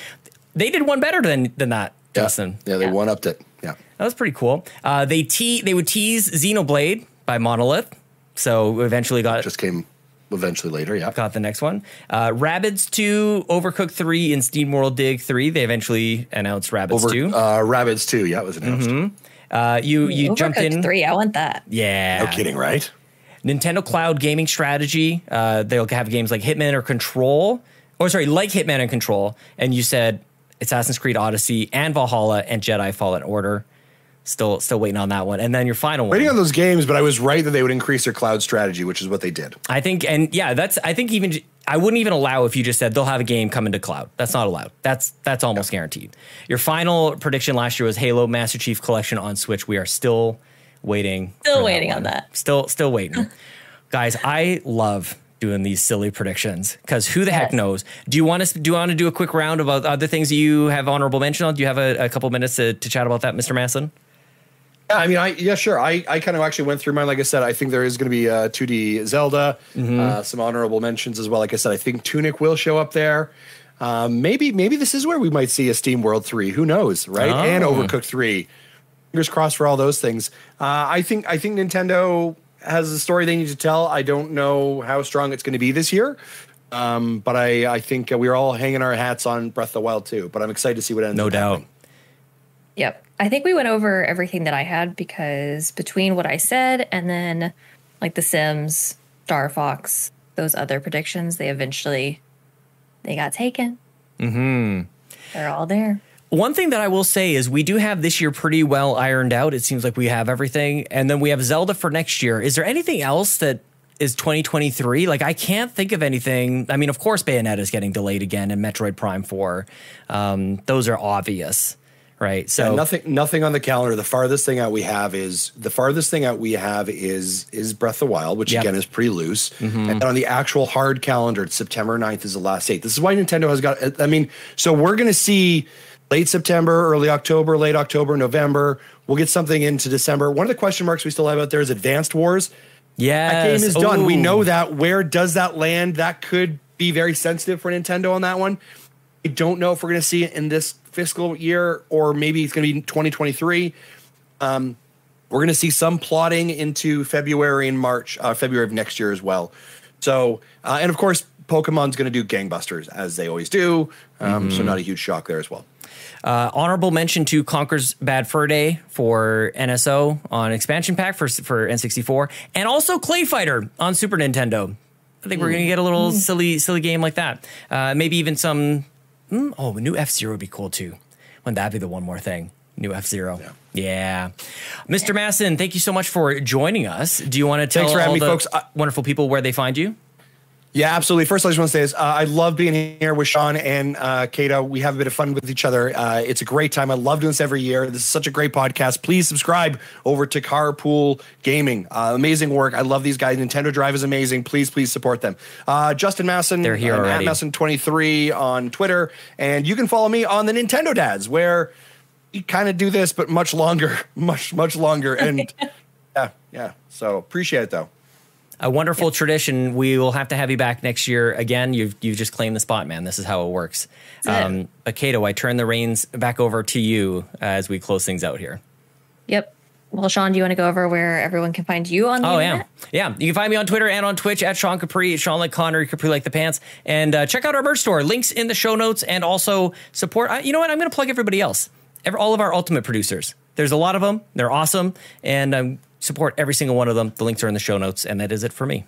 S1: They did one better than than that,
S3: Yeah.
S1: Justin.
S3: Yeah, they
S2: Yeah.
S3: one upped it. Yeah.
S1: That was pretty cool. Uh, they te- they would tease Xenoblade by Monolith, so we eventually got
S3: Just came eventually later. Yeah.
S1: got the next one. Uh, Rabbids Two, Overcooked Three, and Steam World Dig Three. They eventually announced Rabbids
S3: Over
S1: Two.
S3: uh Rabbids 2. Yeah, it was announced.
S1: Uh, you you jumped
S2: Overcooked
S1: in.
S2: three. I want that.
S1: Yeah.
S3: No kidding, right?
S1: Nintendo Cloud Gaming Strategy. Uh, they'll have games like Hitman or Control, or sorry, like Hitman and Control. And you said Assassin's Creed Odyssey and Valhalla and Jedi Fallen Order. Still, still waiting on that one. And then your final
S3: Waiting on
S1: one.
S3: those games, but I was right that they would increase their cloud strategy, which is what they did.
S1: I think, and yeah, that's. I think even I wouldn't even allow if you just said they'll have a game coming to cloud. That's not allowed. That's that's almost guaranteed. Your final prediction last year was Halo Master Chief Collection on Switch. We are still waiting.
S2: Still
S1: for
S2: waiting
S1: one.
S2: on that.
S1: Still, still waiting. Guys, I love doing these silly predictions because who the heck
S2: Yes.
S1: knows? Do you want us? Do you want to do a quick round of other things that you have honorable mention on? Do you have a, a couple minutes to, to chat about that, Mr. Masson?
S3: Yeah, I mean, I yeah, sure. I, I kind of actually went through mine. Like I said, I think there is going to be uh, 2D Zelda,
S1: Mm-hmm.
S3: uh, some honorable mentions as well. Like I said, I think Tunic will show up there. Um, maybe maybe this is where we might see a Steam World three. Who knows, right?
S1: Oh.
S3: And Overcooked three. Fingers crossed for all those things. Uh, I think I think Nintendo has a story they need to tell. I don't know how strong it's going to be this year, um, but I I think uh, we're all hanging our hats on Breath of the Wild too. But I'm excited to see what ends.
S1: No
S3: up happening.
S1: doubt.
S2: Yep. I think we went over everything that I had because between what I said and then like The Sims, Star Fox, those other predictions, they eventually they got taken. Mm-hmm. They're all there.
S1: One thing that I will say is we do have this year pretty well ironed out. It seems like we have everything. And then we have Zelda for next year. Is there anything else that is 2023? Like, I can't think of anything. I mean, of course, Bayonetta is getting delayed again and Metroid Prime 4. Um, those are obvious, right? So,
S3: Yeah, nothing nothing on the calendar. The farthest thing out we have is the farthest thing out we have is is Breath of the Wild, which
S1: Yep. Mm-hmm.
S3: again is pretty loose. And on the actual hard calendar, it's September 9th is the last date. This is why Nintendo has got I mean, so we're gonna see late September, early October, late October, November. We'll get something into December. One of the question marks we still have out there is Advanced Wars.
S1: yeah.
S3: That game is done. We know that. Where does that land? That could be very sensitive for Nintendo on that one. I don't know if we're going to see it in this fiscal year or maybe it's going to be 2023. Um, we're going to see some plotting into February and March, uh, February of next year as well. So, uh, and of course, Pokemon's going to do gangbusters as they always do. Um, So, not a huge shock there as well.
S1: Uh, honorable mention to Conker's Bad Fur Day for NSO on expansion pack for for N64, and also Clay Fighter on Super Nintendo. I think we're gonna get a little silly silly game like that. Uh, maybe even some. mm, oh, a new F Zero would be cool too. Wouldn't that be the one more thing? New F Zero. Yeah. Mr. Masson, thank you so much for joining us. Do you want to tell
S3: Thanks for having
S1: all
S3: me,
S1: the
S3: folks. I-
S1: wonderful people where they find you?
S3: Yeah, absolutely. First, I just want to say is uh, I love being here with Sean and uh, Kato. We have a bit of fun with each other. Uh, it's a great time. I love doing this every year. This is such a great podcast. Please subscribe over to Carpool Gaming. Uh, amazing work. I love these guys. Nintendo Drive is amazing. Please, please support them. Uh, Justin Masson,
S1: They're here
S3: I'm at
S1: already.
S3: Masson23 on Twitter, and you can follow me on the Nintendo Dads, where you kind of do this, but much longer, much much longer. And yeah, yeah. So appreciate it though.
S1: a wonderful tradition. We will have to have you back next year again. You've you've just claimed the spot, man. This is how it works.
S2: Yeah.
S1: Um, but Cato, I turn the reins back over to you uh, as we close things out here.
S2: Yep. Well, Sean, do you want to go over where everyone can find you on the
S1: Oh yeah,
S2: internet?
S1: yeah. You can find me on Twitter and on Twitch at Sean Capri, at Sean like Connery, Capri like the pants, and uh, check out our merch store. Links in the show notes, and also support. I, you know what? I'm going to plug everybody else. Every, all of our ultimate producers. There's a lot of them. They're awesome, and um, support every single one of them. The links are in the show notes, and that is it for me.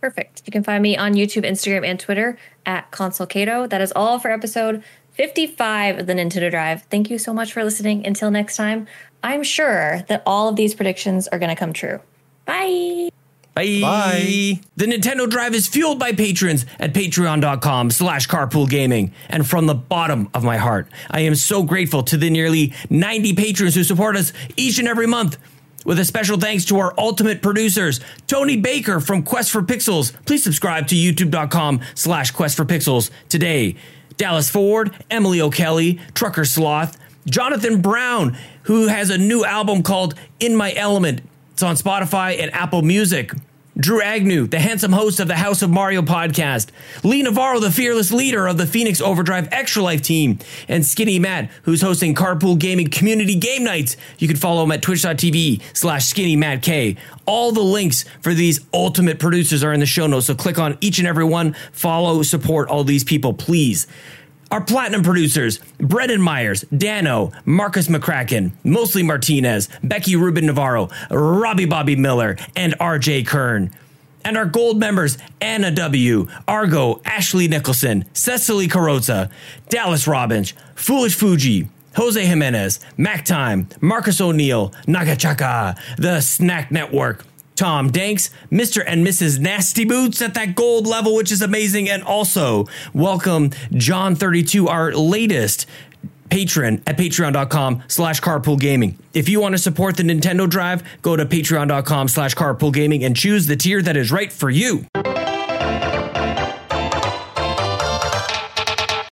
S2: Perfect. You can find me on YouTube, Instagram, and Twitter at Console Cato. That is all for episode 55 of the Nintendo Drive. Thank you so much for listening. Until next time, I'm sure that all of these predictions are going to come true. Bye.
S1: Bye.
S3: Bye.
S1: The Nintendo Drive is fueled by patrons at patreon.com slash carpool gaming. And from the bottom of my heart, I am so grateful to the nearly 90 patrons who support us each and every month. With a special thanks to our ultimate producers, Tony Baker from Quest for Pixels. Please subscribe to youtube.com slash quest for pixels today. Dallas Ford, Emily O'Kelly, Trucker Sloth, Jonathan Brown, who has a new album called In My Element. It's on Spotify and Apple Music. Drew Agnew, the handsome host of the House of Mario podcast, Lee Navarro, the fearless leader of the Phoenix Overdrive Extra Life team, and Skinny Matt, who's hosting Carpool Gaming Community Game Nights. You can follow him at twitch.tv slash skinny Matt K. All the links for these ultimate producers are in the show notes, so click on each and every one, follow, support all these people, please. Our platinum producers, Brendan Myers, Dano, Marcus McCracken, Mostly Martinez, Becky Rubin Navarro, Robbie Bobby Miller, and RJ Kern. And our gold members, Anna W., Argo, Ashley Nicholson, Cecily Carrozza, Dallas Robbins, Foolish Fuji, Jose Jimenez, Mac Time, Marcus O'Neill, Nagachaka, The Snack Network, Tom Danks, Mr. and Mrs. Nasty Boots at that gold level, which is amazing. And also, welcome John32, our latest patron at patreon.com slash carpool gaming if you want to support the nintendo drive go to patreon.com slash carpool gaming and choose the tier that is right for you